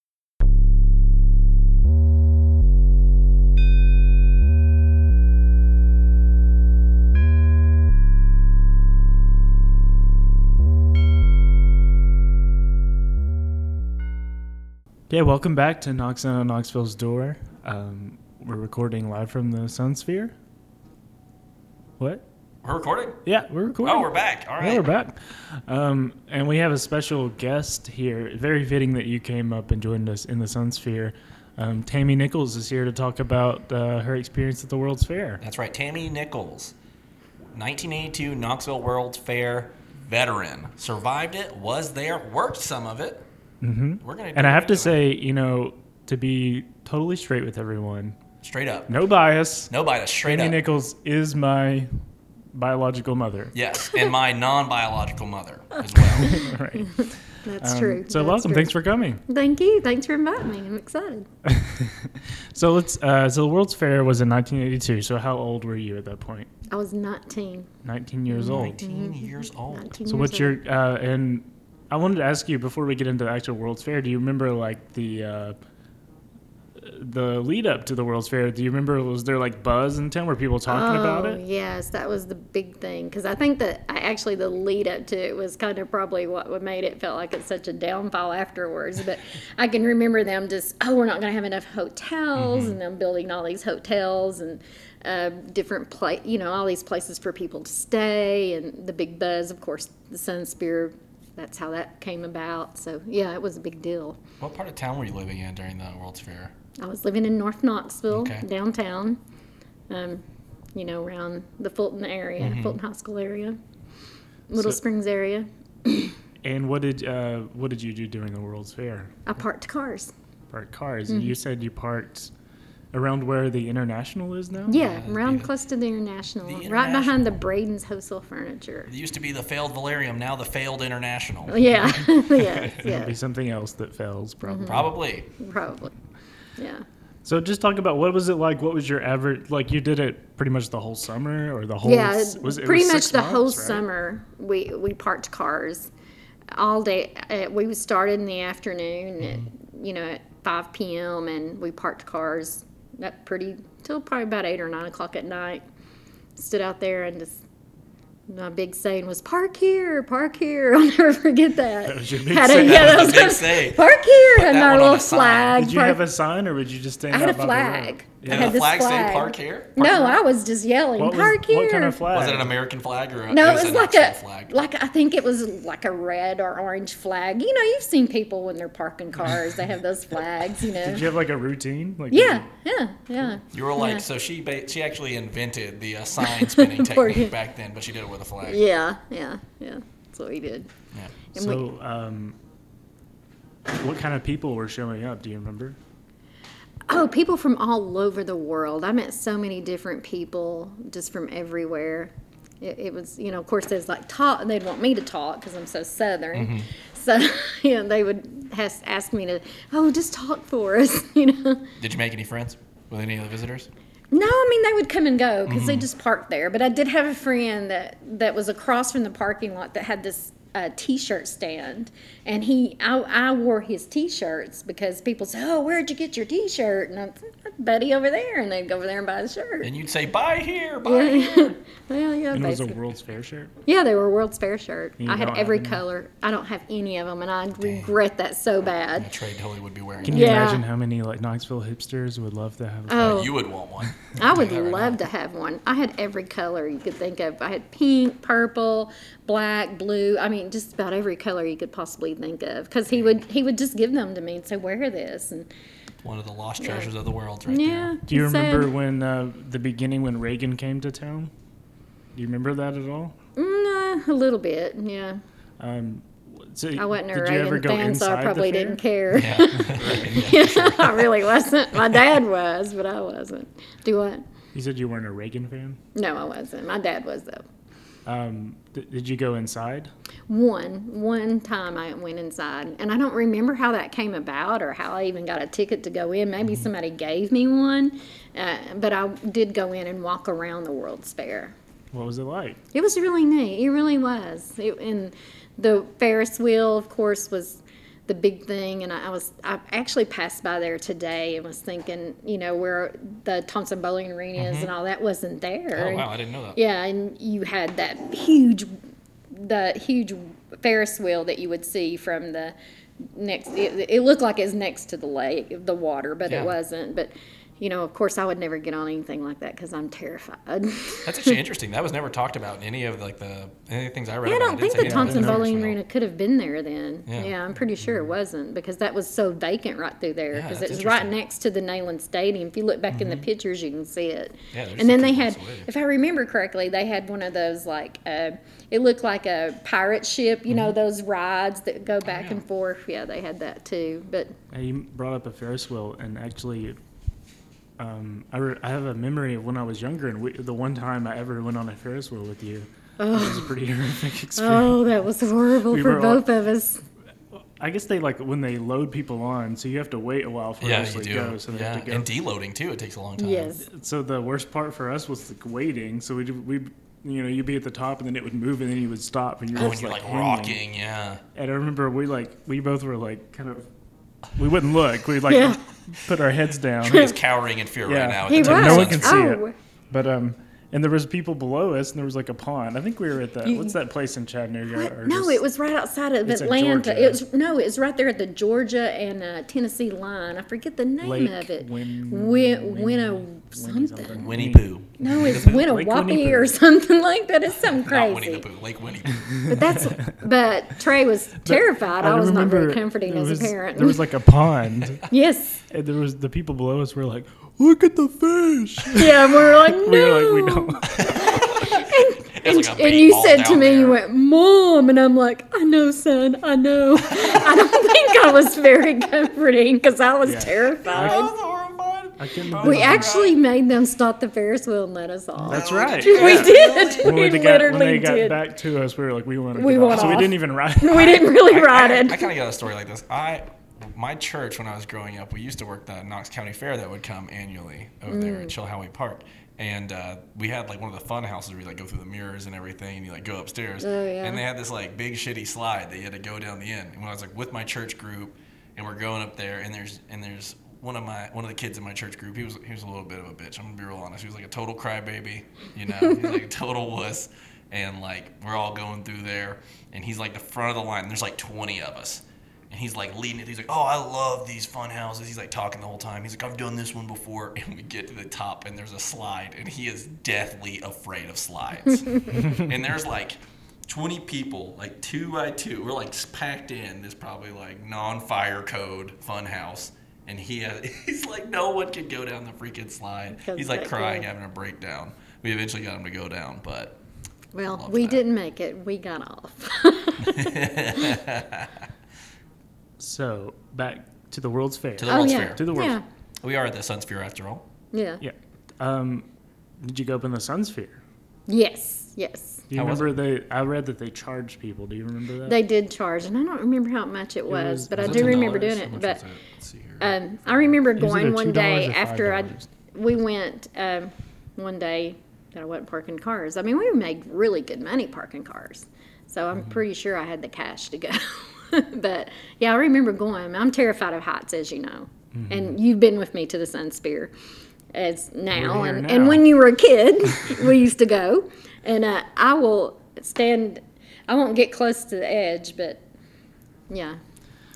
S1: Yeah, welcome back to Knox on Knoxville's Door. Um, we're recording live from the Sun Sphere. What?
S2: We're recording.
S1: Yeah, we're recording.
S2: Oh, we're back. All right.
S1: Yeah, we're back. Um, and we have a special guest here. Very fitting that you came up and joined us in the Sun Sphere. Um, Tammy Nichols is here to talk about uh, her experience at the World's Fair.
S2: That's right. Tammy Nichols, 1982 Knoxville World's Fair veteran, survived it, was there, worked some of it. Mm-hmm. We're gonna
S1: And I have to say, you know, to be totally straight with everyone,
S2: straight up.
S1: no bias.
S2: No bias, straight
S1: Tammy
S2: up.
S1: Nichols is my biological mother. (laughs)
S2: Yes, and my non-biological mother as well.
S1: right.
S5: That's
S1: Um,
S5: true.
S1: So
S5: That's
S1: welcome.
S5: true.
S1: Thanks for coming.
S5: Thank you. Thanks for inviting me. I'm excited.
S1: So let's. Uh, so the World's Fair was in 1982. So how old were you at that point?
S5: I was 19.
S1: 19 years old.
S2: 19 years old.
S5: 19
S1: So
S5: years
S1: what's your uh, and I wanted to ask you before we get into the actual World's Fair. Do you remember like the uh, the lead up to the World's Fair? Do you remember was there like buzz in town? Were people talking about
S5: Oh,
S1: it?
S5: Yes, that was the big thing because I think that I actually the lead up to it was kind of probably what would made it felt like it's such a downfall afterwards. But I can remember them just oh we're not going to have enough hotels
S1: Mm-hmm.
S5: and them building all these hotels and uh, different place you know all these places for people to stay and the big buzz of course the Sun Spear. That's how that came about. So yeah, it was a big deal.
S2: What part of town were you living in during the World's Fair?
S5: I was living in North Knoxville,
S2: Okay.
S5: downtown, um, you know, around the Fulton area, Fulton High School area, Little
S1: So-
S5: Springs area.
S1: And what did uh, what did you do during the World's Fair?
S5: I parked cars.
S1: Park cars. And
S5: Mm-hmm.
S1: you said you parked around where the International is now.
S5: Yeah, around
S2: yeah.
S5: close to the International,
S2: The
S5: right behind the Braden's Wholesale Furniture.
S2: It used to be the failed Valerium, now the failed International.
S5: Yeah, (laughs) yeah,
S1: It'll be
S5: yeah,
S1: something else that fails probably.
S5: Mm-hmm.
S2: Probably.
S5: probably. Yeah.
S1: So just talk about what was it like? What was your average? Like you did it pretty much the whole summer or the whole?
S5: yeah,
S1: s- was it- it
S5: pretty
S1: was
S5: much
S1: six
S5: the whole
S1: months, right? (laughs)
S5: summer we we parked cars all day. Uh, we started in the afternoon,
S1: Mm-hmm.
S5: at, you know, at five p.m. and we parked cars up pretty till probably about eight or nine o'clock at night. Stood out there and just. My big saying was "Park here, park here." (laughs) I'll never forget that. That
S1: was
S5: (laughs)
S1: your big
S5: Had a-
S1: saying.
S5: yeah, that
S2: That was
S5: was
S2: a big
S5: my-
S2: say.
S5: (laughs) Park here,
S2: that
S5: and my
S2: one on
S5: little
S2: a sign.
S5: flag.
S1: Did you
S5: park-
S1: have a sign or would you just stand?
S5: I had a
S1: out by the road?
S5: flag. I
S1: Yeah.
S5: had
S2: Did the
S5: this
S2: flag say
S5: flag.
S2: park here?
S5: No, I was just yelling,
S1: What was-
S5: "Park here!"
S1: What kind of flag?
S2: Was it an American flag or a,
S5: No, it
S2: was
S5: was
S2: an
S5: like
S2: actual
S5: a
S2: flag?
S5: like I think it was like a red or orange flag. You know, you've seen people when they're parking cars, they have those flags. You
S1: (laughs)
S5: know.
S1: Did you have like a routine? Like
S5: yeah, yeah, yeah.
S2: You were like,
S5: yeah.
S2: so she ba- she actually invented the uh, sign
S5: (laughs)
S2: spinning
S5: Poor
S2: technique
S5: you.
S2: back then, but she did it with a flag.
S5: Yeah, yeah, yeah. That's what we did.
S2: Yeah.
S5: And we,
S1: So, um, what kind of people were showing up? Do you remember?
S5: oh, people from all over the world. I met so many different people just from everywhere. It, it was, you know, of course, there's like talk. They'd want me to talk because I'm so southern.
S2: Mm-hmm.
S5: So, (laughs) you know, they would has, ask me to, oh, just talk for us, (laughs) you know.
S2: Did you make any friends with any of the visitors?
S5: No, I mean they would come and go because
S1: Mm-hmm.
S5: they just parked there. But I did have a friend that that was across from the parking lot that had this uh, t-shirt stand, and he I, I wore his t-shirts because people say, "Oh, where'd you get your t-shirt?" And I'd say, "Buddy over there," and they'd go over there and buy a shirt.
S2: And you'd say, buy here, buy
S5: Yeah,
S2: here.
S5: yeah, yeah,
S1: And it was a
S5: basically.
S1: World's Fair shirt.
S5: yeah. They were World's Fair shirt.
S1: You
S5: I had
S1: don't have
S5: every
S1: any?
S5: color. I don't have any of them, and I regret that so
S2: I
S5: bad.
S2: trade totally would be wearing
S1: Can
S2: that.
S1: you
S5: Yeah.
S1: imagine how many like Knoxville hipsters would love to have? A
S5: Oh,
S2: You would want one.
S5: I would love to have one. I had every color you could think of. I had pink, purple, black, blue. I mean, just about every color you could possibly think of. Because he would he would just give them to me and say, "Wear this." And
S2: One of the lost treasures of the world right
S5: yeah.
S2: there.
S1: Do you
S5: he said-
S1: remember when uh, the beginning when Reagan came to town? Do you remember that at all?
S5: Mm, uh, a little bit, yeah.
S1: Um, so
S5: I wasn't a
S1: did you ever
S5: Reagan
S1: go
S5: fan, so
S1: inside
S5: I probably
S1: the fair?
S5: didn't care. (laughs)
S1: (laughs)
S2: Yeah. Yeah.
S5: I really wasn't. My dad was, but I wasn't. Do what?
S1: You said you weren't a Reagan fan.
S5: No, I wasn't. My dad was though.
S1: Um, th- did you go inside?
S5: One, one time I went inside, and I don't remember how that came about or how I even got a ticket to go in. Maybe somebody gave me one, uh, but I did go in and walk around the World's Fair.
S1: What was it like?
S5: It was really neat. It really was. It, and the Ferris wheel, of course, was the big thing. And I, I was I actually passed by there today and was thinking, you know, where the Thompson Bowling Arena is and all that wasn't there.
S2: (laughs) Oh,
S5: And-
S2: wow, I didn't know that.
S5: yeah, and you had that huge, the huge Ferris wheel that you would see from the next. It, it looked like it was next to the lake, the water, but
S2: Yeah.
S5: it wasn't. But you know, of course, I would never get on anything like that because I'm terrified. (laughs)
S2: That's actually interesting. That was never talked about in any of like the any of the things I read.
S5: I
S2: about.
S5: don't
S2: It
S5: think
S2: didn't
S5: the
S2: say anything
S5: Thompson
S2: about
S5: Bowling
S2: Ferris wheel.
S5: Arena could have been there then.
S2: Yeah.
S5: Yeah, I'm pretty sure it wasn't because that was so vacant right through there
S2: Yeah,
S5: because
S2: that's
S5: it was right
S2: interesting. Mm-hmm.
S5: next to the Neyland Stadium. If you look back in the pictures, you can see it.
S2: Yeah, there's
S5: and then
S2: a
S5: they
S2: couple
S5: had,
S2: blocks away.
S5: if I remember correctly, they had one of those like uh, it looked like a pirate ship. You know those rides that go
S2: Mm-hmm.
S5: back
S2: Oh, yeah.
S5: and forth. Yeah, they had that too.
S2: (laughs)
S5: But
S1: Hey, Uh, You brought up a Ferris wheel, and actually, um, I, re- I have a memory of when I was younger, and we, the one time I ever went on a Ferris wheel with you, it was a pretty (laughs) horrific experience.
S5: oh, that was horrible
S1: We
S5: for
S2: Uh,
S1: were all-
S5: both of us.
S1: I guess they like when they load people on, so you have to wait a while for
S6: Yeah,
S1: it to
S6: you
S1: actually
S6: do.
S1: go. So they
S6: yeah.
S1: have to go.
S6: And deloading too, it takes a long time.
S5: Yes.
S1: so the worst part for us was like waiting. So we we you know you'd be at the top and then it would move and then you would stop and you were
S6: When
S1: just,
S6: Oh, you're
S1: like,
S6: like
S1: hanging.
S6: rocking,
S5: (laughs)
S6: yeah.
S1: And I remember we like we both were like kind of we wouldn't look. We'd like
S5: Yeah.
S1: put our heads down.
S6: He's cowering in fear
S1: Yeah.
S6: right now. at
S5: He
S6: the
S5: was.
S6: Texas
S1: No one
S6: Suns.
S1: can see
S5: oh,
S1: it. But um, and there was people below us, and there was like a pond. I think we were at that. What's that place in Chattanooga?
S5: what? no, it was right outside of
S1: It's in
S5: Atlanta.
S1: Georgia.
S5: It was no, it was right there at the Georgia and uh, Tennessee line. I forget the name
S1: Lake
S5: of it.
S1: Win-
S5: Win, Winnow something.
S6: Winnie Pooh.
S5: No, it's Winnowappy
S1: Winnie Pooh.
S5: or something like that. It's something
S6: (laughs) Not Winnie the
S5: crazy.
S6: Pooh. Lake
S5: (laughs)
S6: Winnie. Pooh.
S5: But that's but Trey was terrified. I, was not very comforting
S1: there
S5: as
S1: was-
S5: a parent.
S1: There was like a pond,
S5: (laughs) yes,
S1: and there was the people below us were like, "Look at the
S5: (laughs)
S1: fish."
S5: yeah, and we were like,
S1: (laughs)
S5: no.
S1: We were like, "We don't."
S5: And,
S6: like a big
S5: and you
S6: ball
S5: said to
S6: down
S5: me,
S6: there.
S5: you went, Mom. And I'm like, I know, son, I know. (laughs) I don't think I was very (laughs) comforting because I was terrified.
S1: I couldn't believe
S5: We actually made them stop the Ferris wheel and let us off.
S1: That's right.
S5: (laughs) we did.
S1: When,
S5: we
S1: we got, when they
S5: literally
S1: got
S5: did.
S1: back to us, we were like, "We want to."
S5: We
S1: get
S5: want
S1: off. So we
S5: off.
S1: didn't even ride.
S5: (laughs) We didn't really ride
S6: I,
S5: it.
S6: kind of got a story like this. I, my church when I was growing up, we used to work the Knox County Fair that would come annually over there
S5: Mm.
S6: at Chillhowie Park, and uh, we had like one of the fun houses where you like go through the mirrors and everything, and you like go upstairs,
S5: Oh, yeah.
S6: and they had this like big shitty slide that you had to go down the end. And when I was like with my church group, and we're going up there, and there's and there's one of my one of the kids in my church group. He was he was a little bit of a bitch. I'm gonna be real honest. He was like a total crybaby, you know, he was
S5: (laughs)
S6: like a total wuss. And like we're all going through there, and he's like the front of the line. And there's like 20 of us, and he's like leading it. He's like, "Oh, I love these fun houses." He's like talking the whole time. He's like, "I've done this one before." (laughs) And we get to the top, and there's a slide, and he is deathly afraid of slides.
S5: (laughs)
S6: and there's like 20 people, like two by two. We're like packed in this probably like non-fire code fun house. And he has, (laughs) he's like, no one can go down the freaking slide.
S5: Comes
S6: He's like
S5: back
S6: crying,
S5: down.
S6: having a breakdown. We eventually got him to go down, but (laughs)
S5: well,
S6: Love
S5: we
S6: that.
S5: didn't make it. We got (laughs) off.
S1: So back to the World's Fair.
S6: to the
S5: oh
S6: World's
S5: yeah.
S1: To
S6: Fair.
S1: the world.
S5: yeah.
S6: We are at the Suns Fair after all.
S5: Yeah.
S1: Yeah. Um, did you go up in the Sun Sphere?
S5: Yes. Yes.
S1: Do you
S6: How was
S1: remember they? I read that they charged people. Do you remember that?
S5: They did charge, and I don't remember how much it was,
S1: was-
S5: but
S1: was
S5: I
S1: it
S5: do
S1: $10?
S5: remember doing
S6: How
S5: it.
S6: much
S5: But
S6: was it? Let's see here.
S5: um, I remember
S1: it
S5: going
S1: a
S5: one
S1: $2
S5: day
S1: or
S5: after I
S1: $5?
S5: we went um, one day that I wasn't parking cars. I mean, we made really good money parking cars, so
S1: Mm-hmm.
S5: I'm pretty sure I had the cash to go. (laughs) but yeah, I remember going. I'm terrified of heights, as you know,
S1: Mm-hmm.
S5: and you've been with me to the Sun Spear as now,
S1: We're here
S5: and,
S1: now.
S5: and when you were a kid, (laughs) we used to go, and uh, I will stand. I won't get close to the edge, but yeah,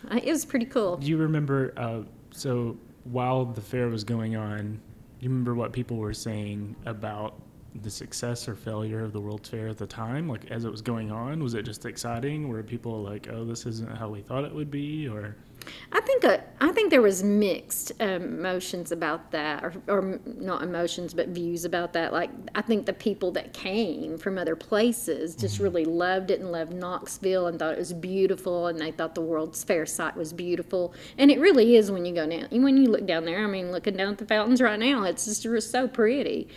S5: I, it was pretty cool.
S1: Do you remember? Uh, so while the fair was going on, you remember what people were saying about the success or failure of the World's Fair at the time? Like as it was going on, was it just exciting? Were people like, "Oh, this isn't how we thought it would be," or
S5: I think uh, I think there was mixed um, emotions about that, or, or not emotions, but views about that. Like I think the people that came from other places just really loved it and loved Knoxville and thought it was beautiful, and they thought the World's Fair site was beautiful, and it really is when you go down. When you look down there, I mean, looking down at the fountains right now, it's just re- so pretty,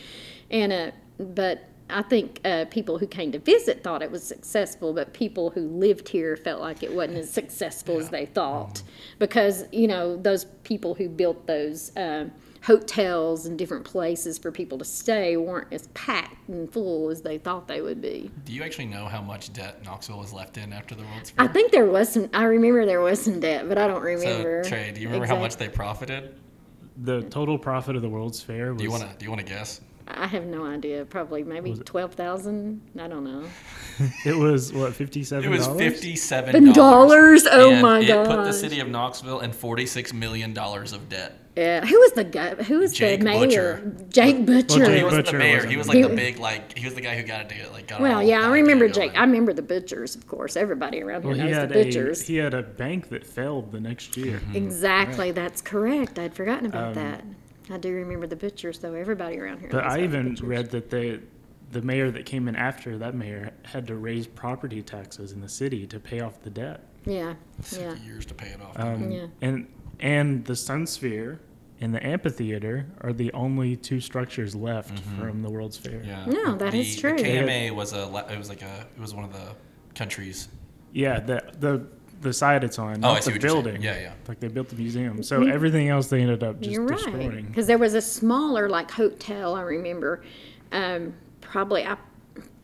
S5: and uh, but. I think uh, people who came to visit thought it was successful, but people who lived here felt like it wasn't as successful as they thought
S6: Mm-hmm.
S5: because you know those people who built those um, hotels and different places for people to stay weren't as packed and full as they thought they would be.
S6: Do you actually know how much debt Knoxville was left in after the World's
S5: I
S6: Fair?
S5: think there was some. I remember there was some debt, but I don't
S6: So
S5: remember.
S6: Trey, do you remember how much
S5: exact-
S6: they profited?
S5: Mm.
S1: the total profit of the World's Fair was?
S6: Do you wanna do you wanna guess?
S5: I have no idea. Probably maybe twelve thousand. I don't know.
S1: (laughs) It was what fifty-seven.
S6: It was
S5: In
S6: fifty-seven
S5: dollars? Oh
S6: and
S5: my
S6: it Put the
S5: gosh.
S6: city of Knoxville in forty-six million dollars of debt.
S5: Yeah. Who was the guy? Who was
S6: Jake
S5: the mayor?
S6: Butcher.
S5: Jake Butcher.
S1: Jake
S6: He wasn't
S1: Butcher
S6: the mayor.
S1: wasn't
S6: He was
S1: the
S6: like the
S5: mayor.
S6: big like he was the guy who got it to like got. it
S5: Well,
S6: all
S5: yeah, I
S6: back
S5: remember
S6: together.
S5: Jake. I remember the Butchers, of course. Everybody around here
S1: Well, he
S5: knows the
S1: had a
S5: Butchers.
S1: he had a bank that failed the next year.
S5: Exactly, that's correct. I'd forgotten about that. I do remember the butchers, though. Everybody around here.
S1: Um, But
S5: knows
S1: I
S5: about the
S1: even
S5: butchers.
S1: read that they, the mayor that came in after that mayor had to raise property taxes in the city to pay off the debt.
S5: Yeah, yeah,
S6: Took years to pay it off.
S1: Um,
S5: yeah.
S1: And and the Sun Sphere and the amphitheater are the only two structures left from the World's Fair.
S6: Mm-hmm. yeah.
S5: No, that
S6: the,
S5: is true.
S6: The KMA was a. la- It was like a. It was one of the countries.
S1: Yeah, the the the side it's on,
S6: Oh,
S1: not
S6: I see
S1: the
S6: what you're saying.
S1: building.
S6: Yeah, yeah.
S1: Like they built the museum, so everything else they ended up just
S5: You're right.
S1: destroying.
S5: Because there was a smaller like hotel. I remember, um, probably I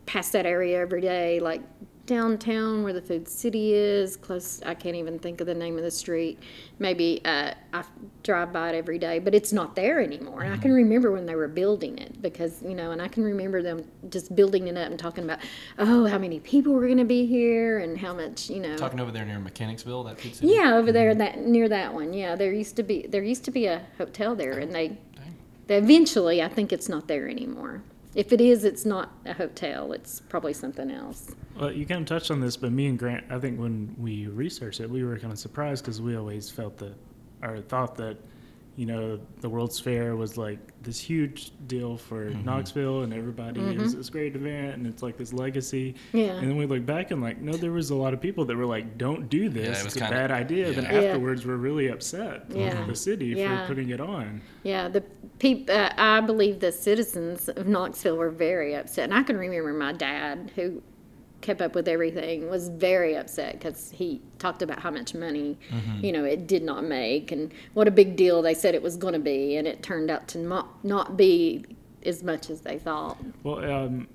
S5: pass that area every day, like downtown where the Food City is. Close, I can't even think of the name of the street. Maybe uh, I drive by it every day, but it's not there anymore. And I
S1: Mm-hmm.
S5: can remember when they were building it because you know, and I can remember them just building it up and talking about, oh, how many people were going to be here and how much you know.
S6: Talking over there near Mechanicsville, that food city.
S5: Yeah, over there, that near that one. Yeah, there used to be there used to be a hotel there, and they, they eventually, I think it's not there anymore. If it is, it's not a hotel. It's probably something else.
S1: Well, you kind of touched on this, but me and Grant, I think when we researched it, we were kind of surprised because we always felt that, or thought that, you know, the World's Fair was like this huge deal for
S6: Mm-hmm.
S1: Knoxville and everybody. It was this great event and it's like this legacy.
S5: Mm-hmm. Yeah.
S1: And then we look back and like, no, there was a lot of people that were like, don't do this.
S6: it
S1: it's
S6: was
S1: a
S6: kinda-
S1: bad idea. Then
S6: yeah.
S5: Yeah.
S1: afterwards, we're really upset with
S5: Yeah.
S1: the city
S5: Yeah.
S1: for putting it on.
S5: Yeah, the peop- uh, I believe the citizens of Knoxville were very upset, and I can remember my dad, who kept up with everything, was very upset because he talked about how much money,
S1: Mm-hmm.
S5: you know, it did not make, and what a big deal they said it was going to be, and it turned out to not not be as much as they thought.
S1: Well, um,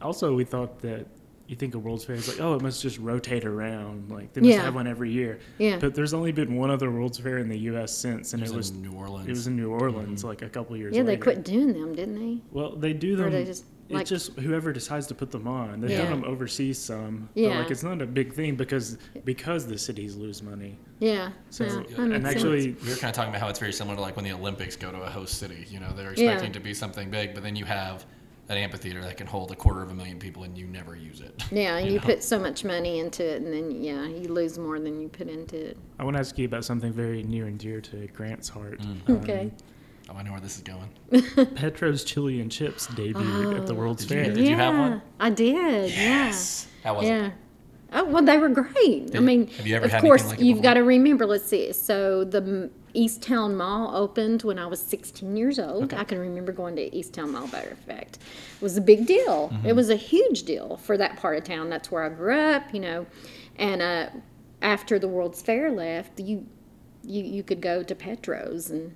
S1: also we thought that you think of World's Fair is like, oh, it must just rotate around, like they must
S5: Yeah.
S1: have one every year.
S5: Yeah.
S1: But there's only been one other World's Fair in the U.S. since, and it
S6: It
S1: was
S6: was in New Orleans.
S1: it was in New Orleans Mm-hmm. like a couple years.
S5: Yeah, they
S1: later.
S5: quit doing them, didn't they?
S1: Well, they do
S5: Or
S1: them.
S5: they just, like-
S1: it's just whoever decides to put them on. They've
S5: Yeah.
S1: done them overseas some, but
S5: Yeah.
S1: like it's not a big thing because because the cities lose money.
S5: Yeah.
S1: So
S5: yeah, that
S1: and
S5: makes sense.
S1: actually,
S6: we were kind of talking about how it's very similar to like when the Olympics go to a host city. You know, they're
S5: Yeah.
S6: expecting it to be something big, but then you have an amphitheater that can hold a quarter of a million people, and you never use it.
S5: yeah, and
S6: you
S5: you
S6: know.
S5: put so much money into it, and then yeah, you lose more than you put into it.
S1: I want to ask you about something very near and dear to Grant's heart. Uh,
S5: Okay.
S6: Oh, I know where this is going.
S1: Petro's Chili and Chips debuted
S5: Oh,
S1: at the World's
S6: Did you
S1: Fair.
S6: get Did you have one?
S5: Yeah, I did. Yeah.
S6: How was
S5: Yeah.
S6: it?
S5: Oh well, they were great. I
S6: Did-
S5: mean,
S6: have you ever
S5: of
S6: had anything
S5: course,
S6: like it
S5: you've
S6: before?
S5: got to remember. Let's see. So the M- East Town Mall opened when I was 16 years old. I can remember going to East Town Mall. Matter of fact, it was a big deal.
S6: Mm-hmm.
S5: It was a huge deal for that part of town. That's where I grew up, you know. And uh, after the World's Fair left, you you you could go to Petros and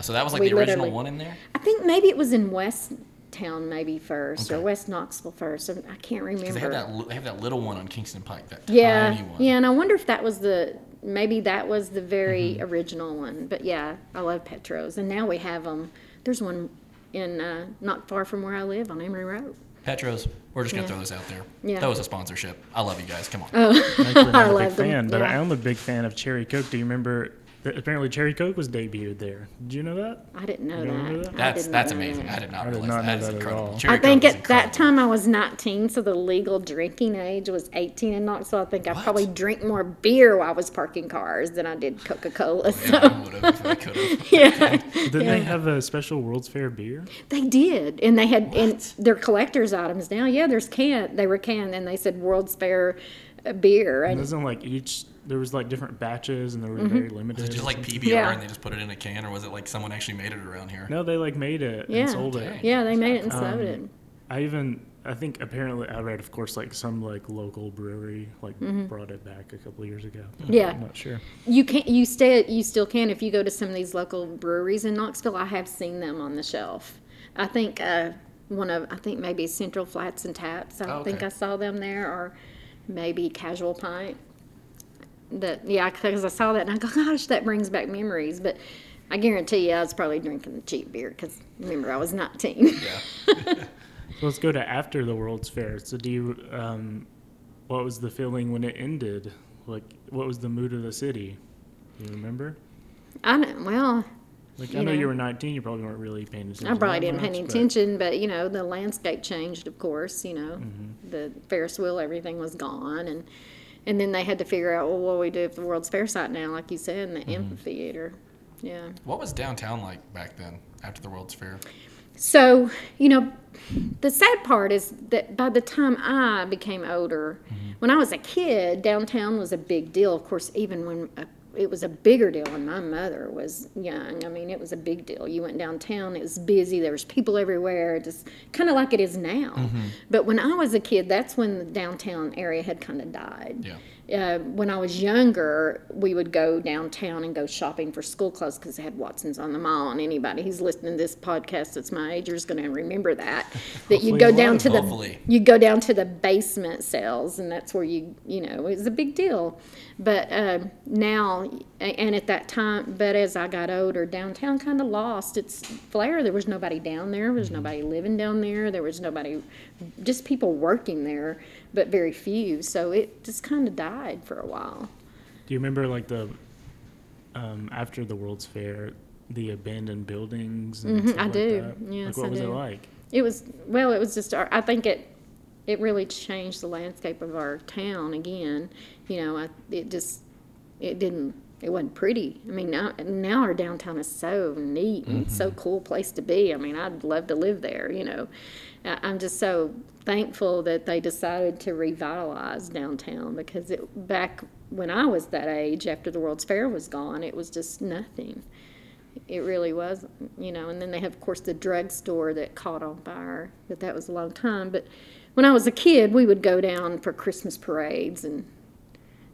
S6: So that was like
S5: We
S6: the original
S5: literally-
S6: one in there.
S5: I think maybe it was in West Town maybe first or
S6: Okay.
S5: West Knoxville first. and I can't remember.
S6: Because they have that li- they have that little one on Kingston Pike. That
S5: Yeah,
S6: tiny one.
S5: yeah, and I wonder if that was the maybe that was the very
S6: Mm-hmm.
S5: original one. But yeah, I love Petros, and now we have them. There's one in uh, not far from where I live on Emory Road.
S6: Petros, we're just gonna
S5: Yeah.
S6: throw this out there.
S5: Yeah. Oh.
S6: That was a sponsorship. I love you guys. Come on.
S5: (laughs)
S1: I'm a
S5: love
S1: big
S5: them,
S1: fan, but I
S5: yeah.
S1: am a big fan of Cherry Coke. Do you remember? that Apparently, Cherry Coke was debuted there. Did you know that?
S5: I didn't know
S1: You don't remember that?
S5: that. I
S6: That's
S5: did not
S6: that's
S5: know
S6: amazing.
S5: that.
S6: I did not
S1: I did
S6: realize
S1: not know
S6: that. That is
S1: that at
S6: incredible.
S1: all.
S6: Cherry
S5: I think
S6: Coke is
S5: at that
S6: incredible.
S5: time I was 19, so the legal drinking age was 18 in Knoxville. I think I
S6: What?
S5: probably drank more beer while I was parking cars than I did Coca Cola.
S6: Yeah,
S5: So
S6: I would have if I could have.
S5: (laughs) yeah,
S1: Didn't they have a special World's Fair beer?
S5: They did, and they had and their collectors' items now. Yeah, there's can they were canned, and they said World's Fair uh, beer,
S1: And
S5: and
S1: wasn't like each there was like different batches, and they were very
S5: Mm-hmm.
S1: limited.
S6: Was it just like PBR
S5: Yeah.
S6: and they just put it in a can, or was it like someone actually made it around here?
S1: no, they like made it
S5: Yeah.
S1: and sold it.
S6: Dang.
S5: yeah, they made it and sold
S1: Um,
S5: it.
S1: I even I think apparently I read, of course, like some like local brewery like brought it back a couple years ago.
S5: Mm-hmm.
S6: Hmm.
S5: Yeah,
S1: I'm not sure.
S5: you can you stay you still can if you go to some of these local breweries in Knoxville. I have seen them on the shelf. I think uh, one of I think maybe Central Flats and Taps. I
S6: Oh,
S5: think
S6: okay.
S5: I saw them there, or maybe Casual Pint. That yeah, because I saw that and I go, gosh, that brings back memories. But I guarantee you, I was probably drinking the cheap beer because remember I was nineteen.
S6: Yeah.
S1: So let's go to after the World's Fair. So do you um, what was the feeling when it ended? Like what was the mood of the city? Do you remember?
S5: (laughs) I don't, well,
S1: Like
S5: You
S1: I know,
S5: know.
S1: you were 19, you probably weren't really paying attention.
S5: I probably
S1: that
S5: didn't pay any
S1: much, but-
S5: attention, but you know, the landscape changed, of course, you know, the Ferris wheel, everything was gone. And, and then they had to figure out, well, what do we do if the World's Fair site now, like you said, in the amphitheater. Yeah.
S6: What was downtown like back then after the World's Fair?
S5: So, you know, the sad part is that by the time I became older, when I was a kid, downtown was a big deal. Of course, even when uh it was a bigger deal when my mother was young. I mean, it was a big deal. You went downtown, it was busy, there was people everywhere, just kind of like it is now. But when I was a kid, that's when the downtown area had kind of died.
S6: Yeah.
S5: uh, when I was younger, we would go downtown and go shopping for school clothes because they had Watson's on the mall. And anybody who's listening to this podcast that's my age is going to remember that. That you go
S1: Hopefully a
S5: down
S1: lot.
S5: to the
S6: Hopefully.
S5: you go down to the basement sales, and that's where you you know it was a big deal. But um now a- and at that time, but as I got older, downtown kind of lost its flair. There was nobody down there. There was nobody living down there. There was nobody, just people working there, but very few. So it just kind of died for a while.
S1: Do you remember like the um, after the World's Fair, the abandoned buildings? And stuff
S5: Mm-hmm, I
S1: like
S5: do.
S1: That?
S5: Yes,
S1: like, what
S5: I
S1: was it
S5: do.
S1: like?
S5: It was well. It was just. Our, I think it. It really changed the landscape of our town again. You know, I, it just. It didn't. It wasn't pretty. I mean, now now our downtown is so neat and so cool place to be. I mean, I'd love to live there. You know, I, I'm just so thankful that they decided to revitalize downtown because it back when I was that age, after the World's Fair was gone, it was just nothing. It really was, you know. And then they have, of course, the drugstore that caught on fire. But that was a long time. But when I was a kid, we would go down for Christmas parades, and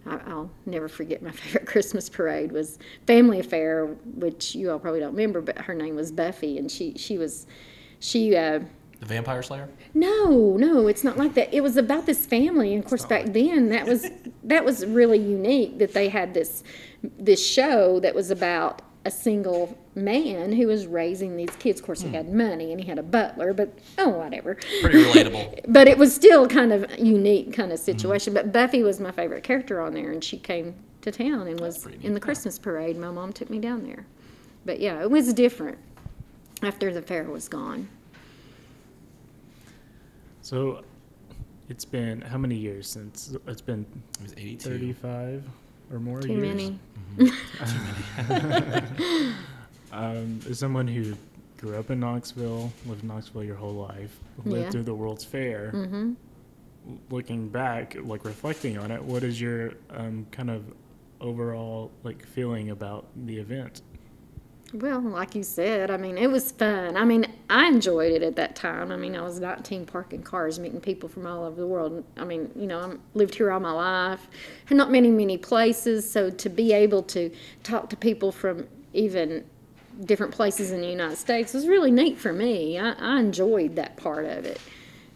S5: I, I'll never forget my (laughs) favorite Christmas parade was Family Affair, which you all probably don't remember, but her name was Buffy, and she she was she. Uh,
S6: The Vampire Slayer?
S5: no, no, it's not like that. It was about this family, and of course, back then that was that was really unique that they had this this show that was about a single man who was raising these kids. Of course, he had money and he had a butler, but oh, whatever.
S6: Pretty relatable.
S5: But it was still kind of unique kind of situation. But Buffy was my favorite character on there, and she came to town and was
S6: pretty
S5: in the Christmas parade. My mom took me down there, but yeah, it was different after the fair was gone.
S1: So, it's been how many years since it's been
S6: It was 82.
S1: thirty-five or more
S5: Too
S1: years?
S5: many.
S1: As someone who grew up in Knoxville, lived in Knoxville your whole life, lived
S5: Yeah.
S1: through the World's Fair, mm-hmm. looking back, like reflecting on it, what is your um, kind of overall like feeling about the event?
S5: Well, like you said, I mean, it was fun. I mean, I enjoyed it at that time. I mean, I was 19 parking cars, meeting people from all over the world. I mean, you know, I am lived here all my life, had not many, many places. So to be able to talk to people from even different places in the United States was really neat for me. I, I enjoyed that part of it,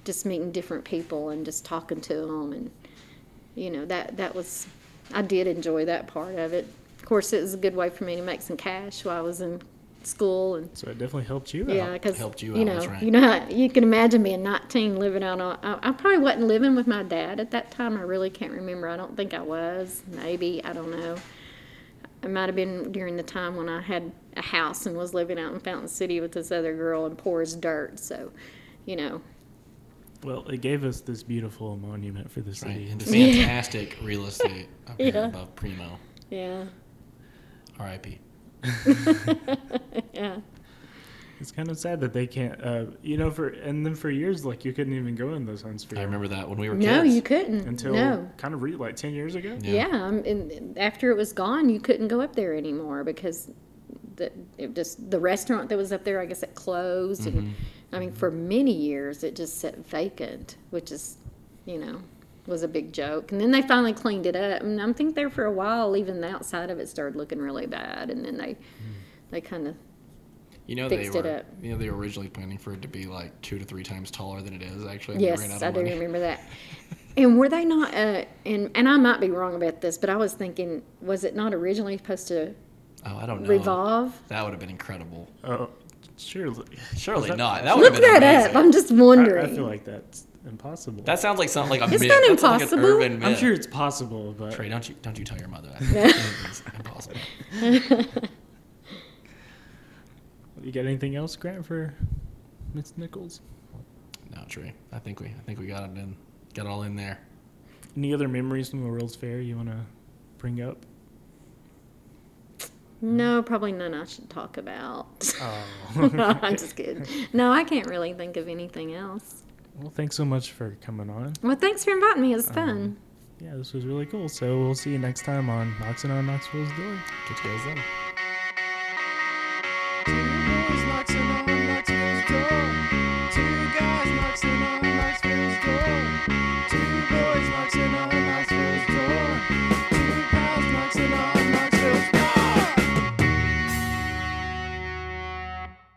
S5: just meeting different people and just talking to them and you know that that was I did enjoy that part of it. Of course, it was a good way for me to make some cash while I was in school and
S1: So it definitely helped you
S5: yeah,
S1: out.
S5: because
S6: helped you
S5: you,
S6: out,
S5: know
S6: that's right.
S5: you know how, you can imagine being 19 living out on. I, I probably wasn't living with my dad at that time. I really can't remember. I don't think I was. Maybe I don't know. It might have been during the time when I had a house and was living out in Fountain City with this other girl and poor as dirt. So, you know,
S1: Well, it gave us this beautiful monument for the
S6: Right. (laughs)
S1: city.
S6: And the
S5: (laughs)
S6: fantastic real estate up here
S5: Yeah.
S6: above Primo.
S5: yeah, (laughs)
S6: R.I.P.
S5: yeah.
S1: It's kind of sad that they can't, uh, you know, for and then for years, like you couldn't even go in the Suns Fair
S6: I remember that when we were kids.
S5: No, you couldn't.
S1: until
S5: no.
S1: kind of re- like ten years ago.
S5: Yeah, um, and after it was gone, you couldn't go up there anymore because the it just the restaurant that was up there, I guess it closed, and
S6: Mm-hmm.
S5: I mean for many years it just sat vacant, which is, you know, was a big joke. And then they finally cleaned it up, and I think there for a while, even the outside of it started looking really bad, and then
S6: Mm.
S5: they they kind of
S6: You know
S5: fixed
S6: they
S5: it
S6: were.
S5: up.
S6: You know they were originally planning for it to be like two to three times taller than it is. Actually, and they ran out
S5: Yes, I
S6: of
S5: do
S6: money.
S5: remember that. And were they not? Uh, and and I might be wrong about this, but I was thinking, was it not originally supposed to
S6: Oh, I don't know.
S5: revolve?
S6: That would have been incredible.
S1: Oh, surely.
S6: Surely
S1: that-
S6: not. That would
S5: Look
S6: have been
S5: that up.
S6: amazing.
S5: I'm just
S1: I,
S5: wondering.
S1: I feel like that's impossible.
S6: That sounds like something like a
S5: It's
S6: myth.
S5: not
S6: That sounds Like an
S5: impossible.
S6: urban myth.
S1: I'm sure it's possible, but
S6: Trey, don't you don't you tell your mother
S5: (laughs)
S6: that. it's impossible.
S1: you got anything else, Grant, for Miss Nichols?
S6: No, Trey. I think we I think we got it in. Got it all in there.
S1: Any other memories from the World's Fair you want to bring up?
S5: no, probably none I should talk about. (laughs)
S1: Oh.
S5: I'm just kidding. No, I can't really think of anything else.
S1: well, thanks so much for coming on.
S5: Well, thanks for inviting me. It was fun.
S1: Yeah, this was really cool. So we'll see you next time on Knocks and on Knoxville's Door. Catch you guys then.